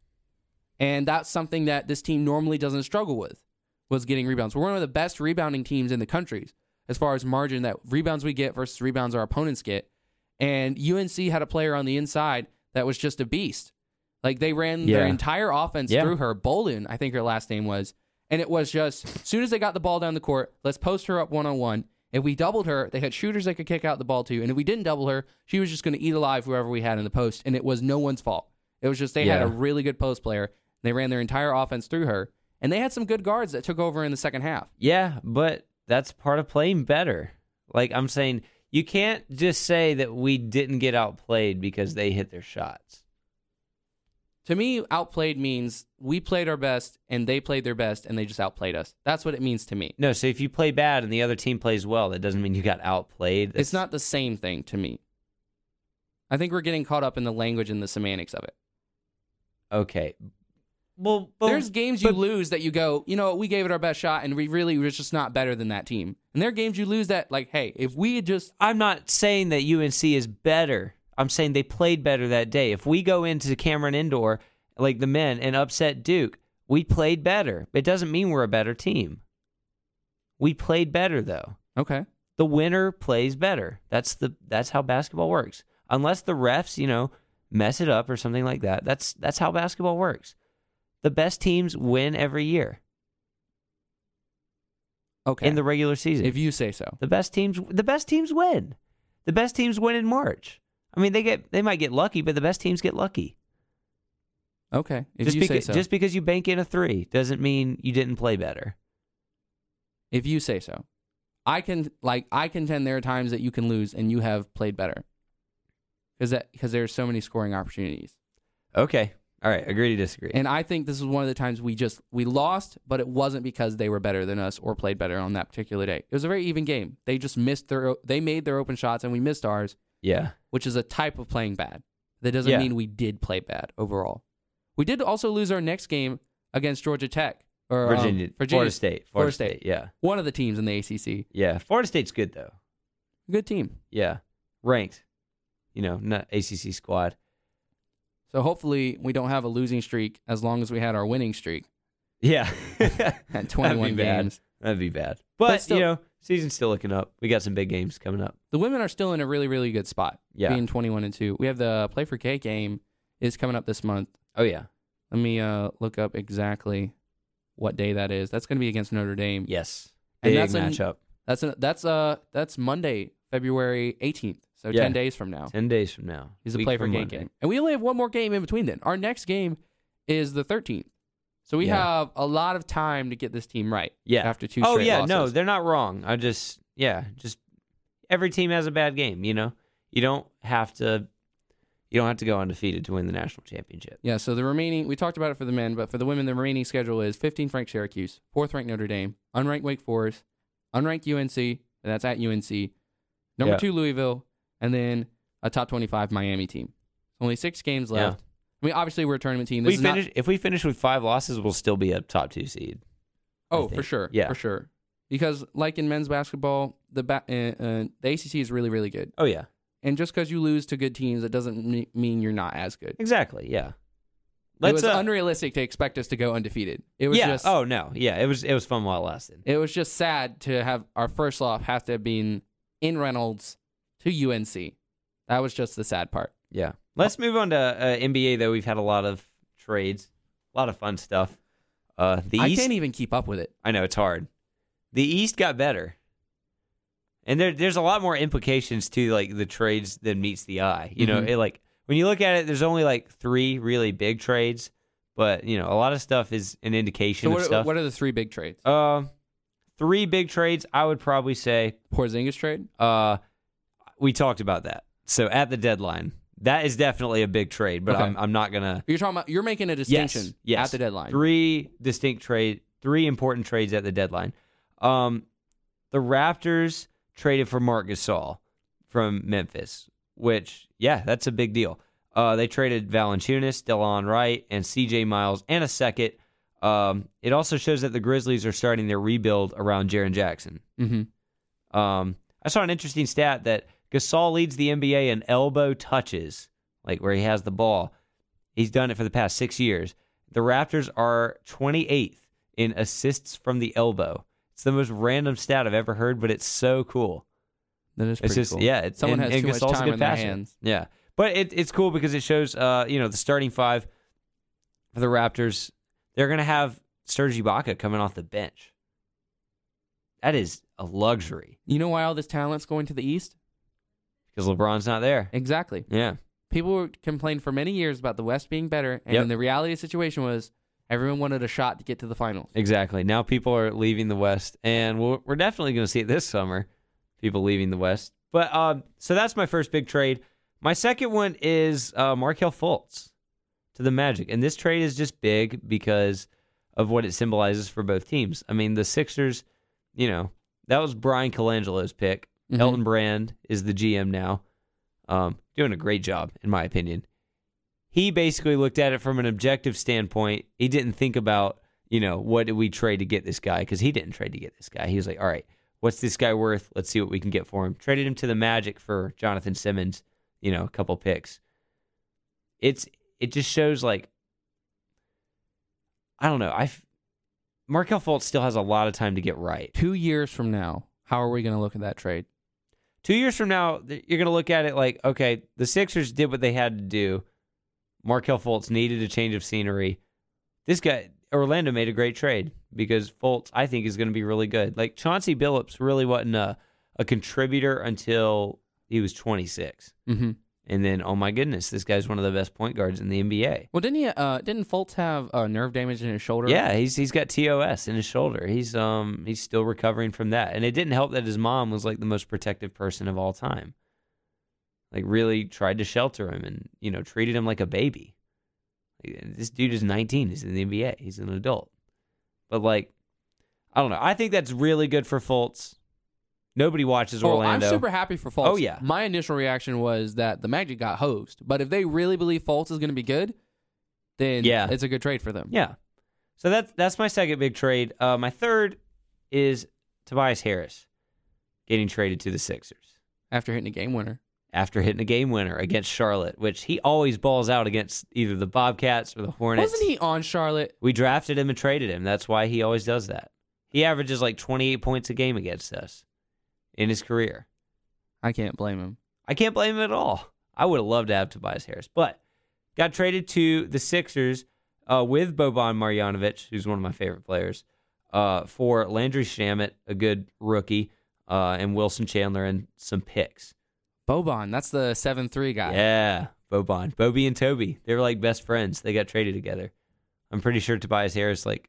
[SPEAKER 1] And that's something that this team normally doesn't struggle with was getting rebounds. We're one of the best rebounding teams in the country as far as margin that rebounds we get versus rebounds our opponents get. And UNC had a player on the inside that was just a beast. Like they ran their
[SPEAKER 2] Yeah.
[SPEAKER 1] entire offense
[SPEAKER 2] Yeah.
[SPEAKER 1] through her. Bolin, I think her last name was. And it was just as soon as they got the ball down the court, let's post her up one on one. If we doubled her, they had shooters they could kick out the ball to. And if we didn't double her, she was just going to eat alive whoever we had in the post. And it was no one's fault. It was just they had a
[SPEAKER 2] Yeah.
[SPEAKER 1] really good post player. They ran their entire offense through her. And they had some good guards that took over in the second half.
[SPEAKER 2] Yeah, but that's part of playing better. Like I'm saying, you can't just say that we didn't get outplayed because they hit their shots.
[SPEAKER 1] To me, outplayed means we played our best and they played their best and they just outplayed us. That's what it means to me.
[SPEAKER 2] No, so if you play bad and the other team plays well, that doesn't mean you got outplayed.
[SPEAKER 1] It's not the same thing to me. I think we're getting caught up in the language and the semantics of it.
[SPEAKER 2] okay. Well, but,
[SPEAKER 1] There's games you
[SPEAKER 2] but-
[SPEAKER 1] lose that you go, you know, what, we gave it our best shot and we really were just not better than that team. And there are games you lose that, like, hey, if we had just
[SPEAKER 2] I'm not saying that UNC is better. I'm saying they played better that day. If we go into Cameron Indoor, like the men, and upset Duke, we played better. It doesn't mean we're a better team. We played better though.
[SPEAKER 1] okay,
[SPEAKER 2] The winner plays better. That's the that's how basketball works. Unless the refs, you know, mess it up or something like that. That's that's how basketball works. The best teams win every year
[SPEAKER 1] okay,
[SPEAKER 2] in the regular season.
[SPEAKER 1] if you say so,
[SPEAKER 2] The best teams the best teams win. The best teams win in March. I mean they get they might get lucky, but the best teams get lucky.
[SPEAKER 1] okay, if
[SPEAKER 2] just
[SPEAKER 1] you
[SPEAKER 2] because
[SPEAKER 1] say so,
[SPEAKER 2] just because you bank in a 3 doesn't mean you didn't play better.
[SPEAKER 1] if you say so, I can like I contend there are times that you can lose and you have played better because that because there's so many scoring opportunities.
[SPEAKER 2] Okay. All right, agree to disagree.
[SPEAKER 1] And I think this is one of the times we just we lost, but it wasn't because they were better than us or played better on that particular day. It was a very even game. They just missed their they made their open shots and we missed ours,
[SPEAKER 2] yeah.
[SPEAKER 1] which is a type of playing bad. That doesn't
[SPEAKER 2] Yeah.
[SPEAKER 1] mean we did play bad overall. We did also lose our next game against Georgia Tech or um,
[SPEAKER 2] Virginia, Florida State. Florida,
[SPEAKER 1] Florida
[SPEAKER 2] State.
[SPEAKER 1] State.
[SPEAKER 2] Yeah.
[SPEAKER 1] one of the teams in the ACC.
[SPEAKER 2] Yeah. Florida State's good though.
[SPEAKER 1] Good team.
[SPEAKER 2] Yeah. Ranked. You know, not ACC squad.
[SPEAKER 1] So hopefully we don't have a losing streak as long as we had our winning streak
[SPEAKER 2] Yeah. *laughs*
[SPEAKER 1] at
[SPEAKER 2] That'd be
[SPEAKER 1] 21
[SPEAKER 2] bad.
[SPEAKER 1] games.
[SPEAKER 2] That'd be bad. But,
[SPEAKER 1] still-
[SPEAKER 2] you know, season's still looking up. We got some big games coming up.
[SPEAKER 1] the women are still in a really really good spot.
[SPEAKER 2] Yeah.
[SPEAKER 1] being twenty one and two. We have the play for K game is coming up this month.
[SPEAKER 2] Oh yeah.
[SPEAKER 1] Let me uh, look up exactly what day that is. That's going to be against Notre Dame.
[SPEAKER 2] Yes.
[SPEAKER 1] And
[SPEAKER 2] Big
[SPEAKER 1] that's a-
[SPEAKER 2] matchup.
[SPEAKER 1] That's an, that's uh that's Monday, February 18th. So
[SPEAKER 2] Yeah.
[SPEAKER 1] 10 days from now.
[SPEAKER 2] Ten days from now.
[SPEAKER 1] He's a
[SPEAKER 2] Week
[SPEAKER 1] play for
[SPEAKER 2] from
[SPEAKER 1] game
[SPEAKER 2] Monday.
[SPEAKER 1] game. And we only have one more game in between then. Our next game is the 13th. So we
[SPEAKER 2] Yeah.
[SPEAKER 1] have a lot of time to get this team right
[SPEAKER 2] Yeah.
[SPEAKER 1] after two
[SPEAKER 2] oh
[SPEAKER 1] straight
[SPEAKER 2] yeah, no,
[SPEAKER 1] losses.
[SPEAKER 2] they're not wrong. I just yeah, just every team has a bad game. You know, you don't have to. You don't have to go undefeated to win the national championship.
[SPEAKER 1] Yeah, so the remaining, we talked about it for the men, but for the women, the remaining schedule is 15th ranked Syracuse, 4th ranked Notre Dame, unranked Wake Forest, unranked UNC, and that's at UNC, number
[SPEAKER 2] Yeah.
[SPEAKER 1] two Louisville, and then a top 25 Miami team. Only six games
[SPEAKER 2] Yeah.
[SPEAKER 1] left. I mean, obviously, we're a tournament team. This
[SPEAKER 2] we
[SPEAKER 1] is not-
[SPEAKER 2] finish if we finish with five losses, we'll still be a top two seed. I
[SPEAKER 1] Oh, for
[SPEAKER 2] think.
[SPEAKER 1] sure.
[SPEAKER 2] Yeah.
[SPEAKER 1] for sure. Because like in men's basketball, the ba- uh, uh, the ACC is really really good,
[SPEAKER 2] Oh yeah,
[SPEAKER 1] and just because you lose to good teams, it doesn't me- mean you're not as good.
[SPEAKER 2] exactly. Yeah,
[SPEAKER 1] it was
[SPEAKER 2] uh,
[SPEAKER 1] unrealistic to expect us to go undefeated. It was
[SPEAKER 2] yeah.
[SPEAKER 1] just
[SPEAKER 2] oh no. Yeah, it was it was fun while it lasted.
[SPEAKER 1] it was just sad to have our first loss have to have been in Reynolds to UNC. That was just the sad part.
[SPEAKER 2] Yeah. Let's move on to uh, NBA though. We've had a lot of trades, a lot of fun stuff. Uh, the
[SPEAKER 1] I
[SPEAKER 2] East.
[SPEAKER 1] can't even keep up with it.
[SPEAKER 2] I know it's hard. The East got better, and there, there's a lot more implications to like the trades than meets the eye. You
[SPEAKER 1] Mhm.
[SPEAKER 2] know, it, like when you look at it, there's only like three really big trades, but you know, a lot of stuff is an indication
[SPEAKER 1] So
[SPEAKER 2] of
[SPEAKER 1] what, are-
[SPEAKER 2] stuff.
[SPEAKER 1] what are the three big trades?
[SPEAKER 2] Um, three big trades. I would probably say
[SPEAKER 1] Porzingis trade.
[SPEAKER 2] uh, we talked about that. So at the deadline, that is definitely a big trade, but
[SPEAKER 1] Okay.
[SPEAKER 2] I'm, I'm not gonna
[SPEAKER 1] You're talking about. You're making a distinction
[SPEAKER 2] Yes, yes.
[SPEAKER 1] at the deadline.
[SPEAKER 2] Three distinct trade, three important trades at the deadline. Um, the Raptors traded for Mark Gasol from Memphis, which yeah, that's a big deal. Uh, they traded Valanciunas, Delon Wright, and C.J. Miles, and a second. Um, it also shows that the Grizzlies are starting their rebuild around Jaron Jackson.
[SPEAKER 1] hmm
[SPEAKER 2] Um, I saw an interesting stat that Gasol leads the NBA in elbow touches, like where he has the ball. He's done it for the past six years. The Raptors are 28th in assists from the elbow. It's the most random stat I've ever heard, but it's so cool.
[SPEAKER 1] That is pretty
[SPEAKER 2] It's just
[SPEAKER 1] cool.
[SPEAKER 2] yeah, it's,
[SPEAKER 1] Someone
[SPEAKER 2] and,
[SPEAKER 1] has
[SPEAKER 2] and
[SPEAKER 1] too much
[SPEAKER 2] Gasol's a
[SPEAKER 1] time
[SPEAKER 2] good
[SPEAKER 1] in their
[SPEAKER 2] passer.
[SPEAKER 1] hands.
[SPEAKER 2] Yeah, but it, it's cool because it shows uh you know the starting five for the Raptors. They're gonna have Serge Ibaka coming off the bench. That is a luxury.
[SPEAKER 1] You know why all this talent's going to the East?
[SPEAKER 2] because LeBron's not there.
[SPEAKER 1] Exactly.
[SPEAKER 2] Yeah,
[SPEAKER 1] People were- complained for many years about the West being better, and
[SPEAKER 2] Yep.
[SPEAKER 1] the reality of the situation was everyone wanted a shot to get to the finals.
[SPEAKER 2] exactly. Now people are leaving the West, and we're, we're definitely going to see it this summer. People leaving the West, but um, so that's my first big trade. My second one is uh, Markel Fultz to the Magic, and this trade is just big because of what it symbolizes for both teams. I mean, the Sixers, you know, that was Brian Colangelo's pick.
[SPEAKER 1] Mhm.
[SPEAKER 2] Elton Brand is the GM now, um, doing a great job, in my opinion. He basically looked at it from an objective standpoint. He didn't think about, you know, what did we trade to get this guy? Because he didn't trade to get this guy. He was like, all right, what's this guy worth? Let's see what we can get for him. Traded him to the Magic for Jonathan Simmons, you know, a couple picks. It's it just shows like I don't know. I Markel Fultz still has a lot of time to get right.
[SPEAKER 1] Two years from now, how are we going to look at that trade?
[SPEAKER 2] two years from now, th- you're going to look at it like, okay, the Sixers did what they had to do. Markel Fultz needed a change of scenery. This guy, Orlando, made a great trade because Fultz, I think, is going to be really good. Like Chauncey Billups really wasn't a, a contributor until he was 26.
[SPEAKER 1] Mm-hmm.
[SPEAKER 2] And then, oh my goodness, this guy's one of the best point guards in the NBA.
[SPEAKER 1] Well, didn't he? Uh, didn't Fultz have uh, nerve damage in his shoulder?
[SPEAKER 2] Yeah, he's he's got TOS in his shoulder. He's um he's still recovering from that, and it didn't help that his mom was like the most protective person of all time. Like really tried to shelter him, and you know treated him like a baby. Like, This dude is 19. He's in the NBA. He's an adult, but like I don't know. I think that's really good for Fultz. Nobody watches
[SPEAKER 1] Oh,
[SPEAKER 2] Orlando.
[SPEAKER 1] I'm super happy for Fultz.
[SPEAKER 2] Oh, yeah.
[SPEAKER 1] My initial reaction was that the Magic got hosed, but if they really believe Fultz is going to be good, then
[SPEAKER 2] Yeah.
[SPEAKER 1] it's a good trade for them.
[SPEAKER 2] Yeah. So that's that's my second big trade. Uh, my third is Tobias Harris getting traded to the Sixers.
[SPEAKER 1] After hitting a game winner.
[SPEAKER 2] after hitting a game winner against Charlotte, which he always balls out against either the Bobcats or the Hornets.
[SPEAKER 1] Wasn't he on Charlotte?
[SPEAKER 2] We drafted him and traded him. That's why he always does that. He averages like 28 points a game against us in his career.
[SPEAKER 1] I can't blame him.
[SPEAKER 2] I can't blame him at all. I would have loved to have Tobias Harris, but got traded to the Sixers uh, with Boban Marjanovic, who's one of my favorite players, uh, for Landry Shamit, a good rookie. uh, and Wilson Chandler and some picks.
[SPEAKER 1] Boban, that's the seven three guy.
[SPEAKER 2] Yeah, Boban, Bobby, and Toby. They were like best friends. They got traded together. I'm pretty sure Tobias Harris like,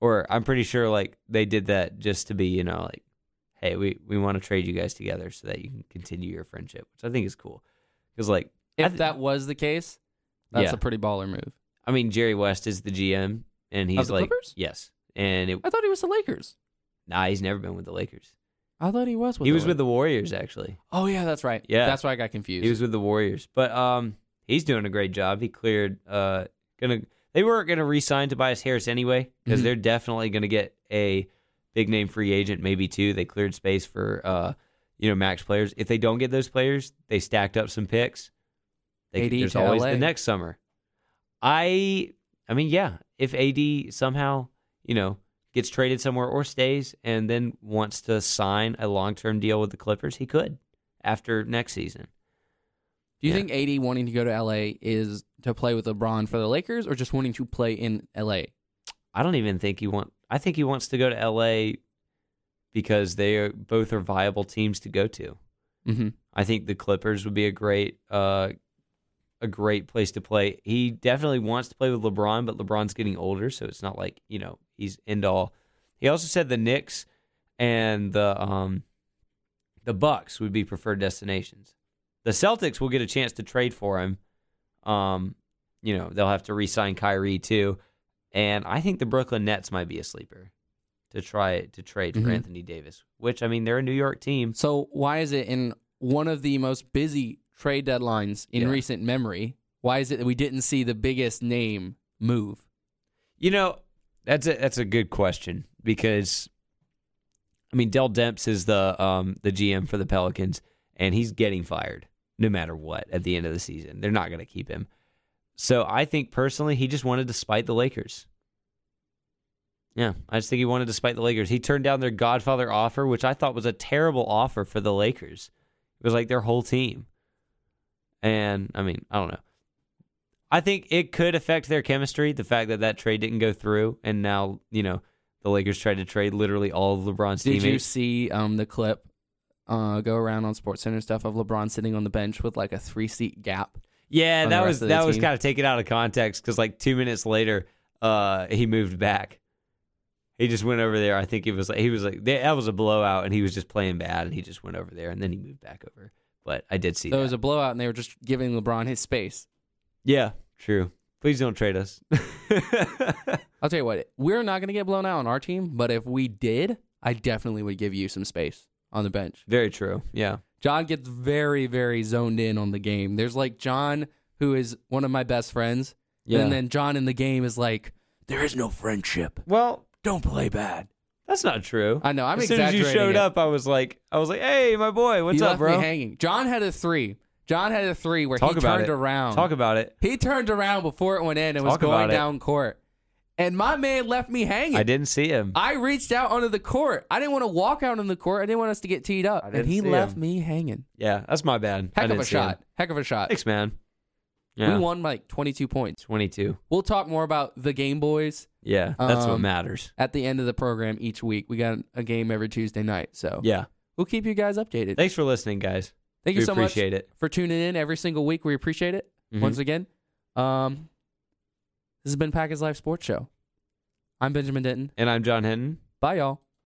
[SPEAKER 2] or I'm pretty sure like they did that just to be you know like, hey, we we want to trade you guys together so that you can continue your friendship, which I think is cool. Because like, I
[SPEAKER 1] If
[SPEAKER 2] th-
[SPEAKER 1] that was the case, that's
[SPEAKER 2] Yeah.
[SPEAKER 1] a pretty baller move.
[SPEAKER 2] I mean, Jerry West is the GM, and he's
[SPEAKER 1] the
[SPEAKER 2] like,
[SPEAKER 1] Clippers?
[SPEAKER 2] yes, and it,
[SPEAKER 1] I thought he was the Lakers.
[SPEAKER 2] nah, he's never been with the Lakers.
[SPEAKER 1] I thought he was. With
[SPEAKER 2] he
[SPEAKER 1] the
[SPEAKER 2] was with
[SPEAKER 1] Lakers.
[SPEAKER 2] the Warriors actually.
[SPEAKER 1] Oh yeah, that's right.
[SPEAKER 2] Yeah.
[SPEAKER 1] that's why I got confused.
[SPEAKER 2] He was with the Warriors, but um, he's doing a great job. He cleared. Uh, gonna they weren't gonna re-sign Tobias Harris anyway because
[SPEAKER 1] Mhm.
[SPEAKER 2] they're definitely gonna get a big name free agent, maybe two. They cleared space for uh, you know, max players. If they don't get those players, they stacked up some picks. They,
[SPEAKER 1] AD
[SPEAKER 2] there's
[SPEAKER 1] to
[SPEAKER 2] always
[SPEAKER 1] LA.
[SPEAKER 2] the next summer. I, I mean, yeah. If AD somehow, you know, gets traded somewhere or stays, and then wants to sign a long-term deal with the Clippers, he could after next season.
[SPEAKER 1] Do you
[SPEAKER 2] Yeah.
[SPEAKER 1] think AD wanting to go to LA is to play with LeBron for the Lakers, or just wanting to play in LA?
[SPEAKER 2] I don't even think he want. I think he wants to go to LA because they are, both are viable teams to go to.
[SPEAKER 1] Mm-hmm.
[SPEAKER 2] I think the Clippers would be a great uh, a great place to play. He definitely wants to play with LeBron, but LeBron's getting older, so it's not like you know he's end all. He also said the Knicks and the um, the Bucks would be preferred destinations. The Celtics will get a chance to trade for him. Um, you know they'll have to re-sign Kyrie too, and I think the Brooklyn Nets might be a sleeper to try to trade for
[SPEAKER 1] Mhm.
[SPEAKER 2] Anthony Davis. Which I mean they're a New York team.
[SPEAKER 1] So why is it in one of the most busy trade deadlines in
[SPEAKER 2] Yeah.
[SPEAKER 1] recent memory? Why is it that we didn't see the biggest name move?
[SPEAKER 2] You know, that's a that's a good question because I mean Dell Demps is the um the GM for the Pelicans and he's getting fired no matter what at the end of the season. They're not gonna keep him. So I think personally he just wanted to spite the Lakers. Yeah, I just think he wanted to spite the Lakers. He turned down their Godfather offer, which I thought was a terrible offer for the Lakers. It was like their whole team. And I mean, I don't know. I think it could affect their chemistry. The fact that that trade didn't go through, and now you know the Lakers tried to trade literally all of LeBron's
[SPEAKER 1] Did you
[SPEAKER 2] teammates.
[SPEAKER 1] see um, the clip uh, go around on Sports Center stuff of LeBron sitting on the bench with like a three seat gap?
[SPEAKER 2] Yeah,
[SPEAKER 1] on
[SPEAKER 2] that
[SPEAKER 1] the
[SPEAKER 2] was
[SPEAKER 1] rest of the
[SPEAKER 2] that was
[SPEAKER 1] team.
[SPEAKER 2] kind of taken out of context because like two minutes later, uh, he moved back. He just went over there. I think it was like he was like that was a blowout, and he was just playing bad, and he just went over there, and then he moved back over. But I did see
[SPEAKER 1] So it
[SPEAKER 2] that.
[SPEAKER 1] was a blowout, and they were just giving LeBron his space.
[SPEAKER 2] yeah, true. Please don't trade *laughs* us.
[SPEAKER 1] I'll tell you what, we're not going to get blown out on our team, but if we did, I definitely would give you some space on the bench.
[SPEAKER 2] Very true. Yeah.
[SPEAKER 1] John gets very, very zoned in on the game. There's like John, who is one of my best friends.
[SPEAKER 2] Yeah.
[SPEAKER 1] And then John in the game is like, there is no friendship.
[SPEAKER 2] well,
[SPEAKER 1] Don't play bad.
[SPEAKER 2] that's not true.
[SPEAKER 1] I know. I'm
[SPEAKER 2] as soon as you
[SPEAKER 1] exaggerating
[SPEAKER 2] showed
[SPEAKER 1] it.
[SPEAKER 2] up, I was like, I was like, hey, my boy, what's
[SPEAKER 1] he
[SPEAKER 2] up,
[SPEAKER 1] left
[SPEAKER 2] bro?
[SPEAKER 1] me hanging. John had a three. John had a three where
[SPEAKER 2] Talk
[SPEAKER 1] he
[SPEAKER 2] about
[SPEAKER 1] turned
[SPEAKER 2] it.
[SPEAKER 1] around.
[SPEAKER 2] Talk about it.
[SPEAKER 1] he turned around before it went in and was
[SPEAKER 2] Talk about
[SPEAKER 1] going
[SPEAKER 2] it.
[SPEAKER 1] down court. And my man left me hanging.
[SPEAKER 2] I didn't see him.
[SPEAKER 1] I reached out onto the court. I didn't want to walk out on the court. I didn't want us to get teed up. And
[SPEAKER 2] didn't
[SPEAKER 1] he
[SPEAKER 2] see
[SPEAKER 1] left
[SPEAKER 2] him.
[SPEAKER 1] me hanging.
[SPEAKER 2] yeah, that's my bad. I
[SPEAKER 1] Heck of
[SPEAKER 2] didn't
[SPEAKER 1] a
[SPEAKER 2] see him.
[SPEAKER 1] shot. Heck of a shot.
[SPEAKER 2] Thanks, man. Yeah.
[SPEAKER 1] Uh, We won by like 22 points.
[SPEAKER 2] 22.
[SPEAKER 1] We'll talk more about the Game Boys
[SPEAKER 2] Yeah, that's what
[SPEAKER 1] Um,
[SPEAKER 2] matters.
[SPEAKER 1] at the end of the program each week. We got a game every Tuesday night. So
[SPEAKER 2] Yeah.
[SPEAKER 1] we'll keep you guys updated.
[SPEAKER 2] Thanks for listening, guys.
[SPEAKER 1] Thank
[SPEAKER 2] we
[SPEAKER 1] you so much
[SPEAKER 2] appreciate it.
[SPEAKER 1] for tuning in every single week. We appreciate it
[SPEAKER 2] Mhm.
[SPEAKER 1] once again. Um, this has been Packers Life Sports Show. I'm Benjamin Denton.
[SPEAKER 2] And I'm John Hinton.
[SPEAKER 1] Bye, y'all.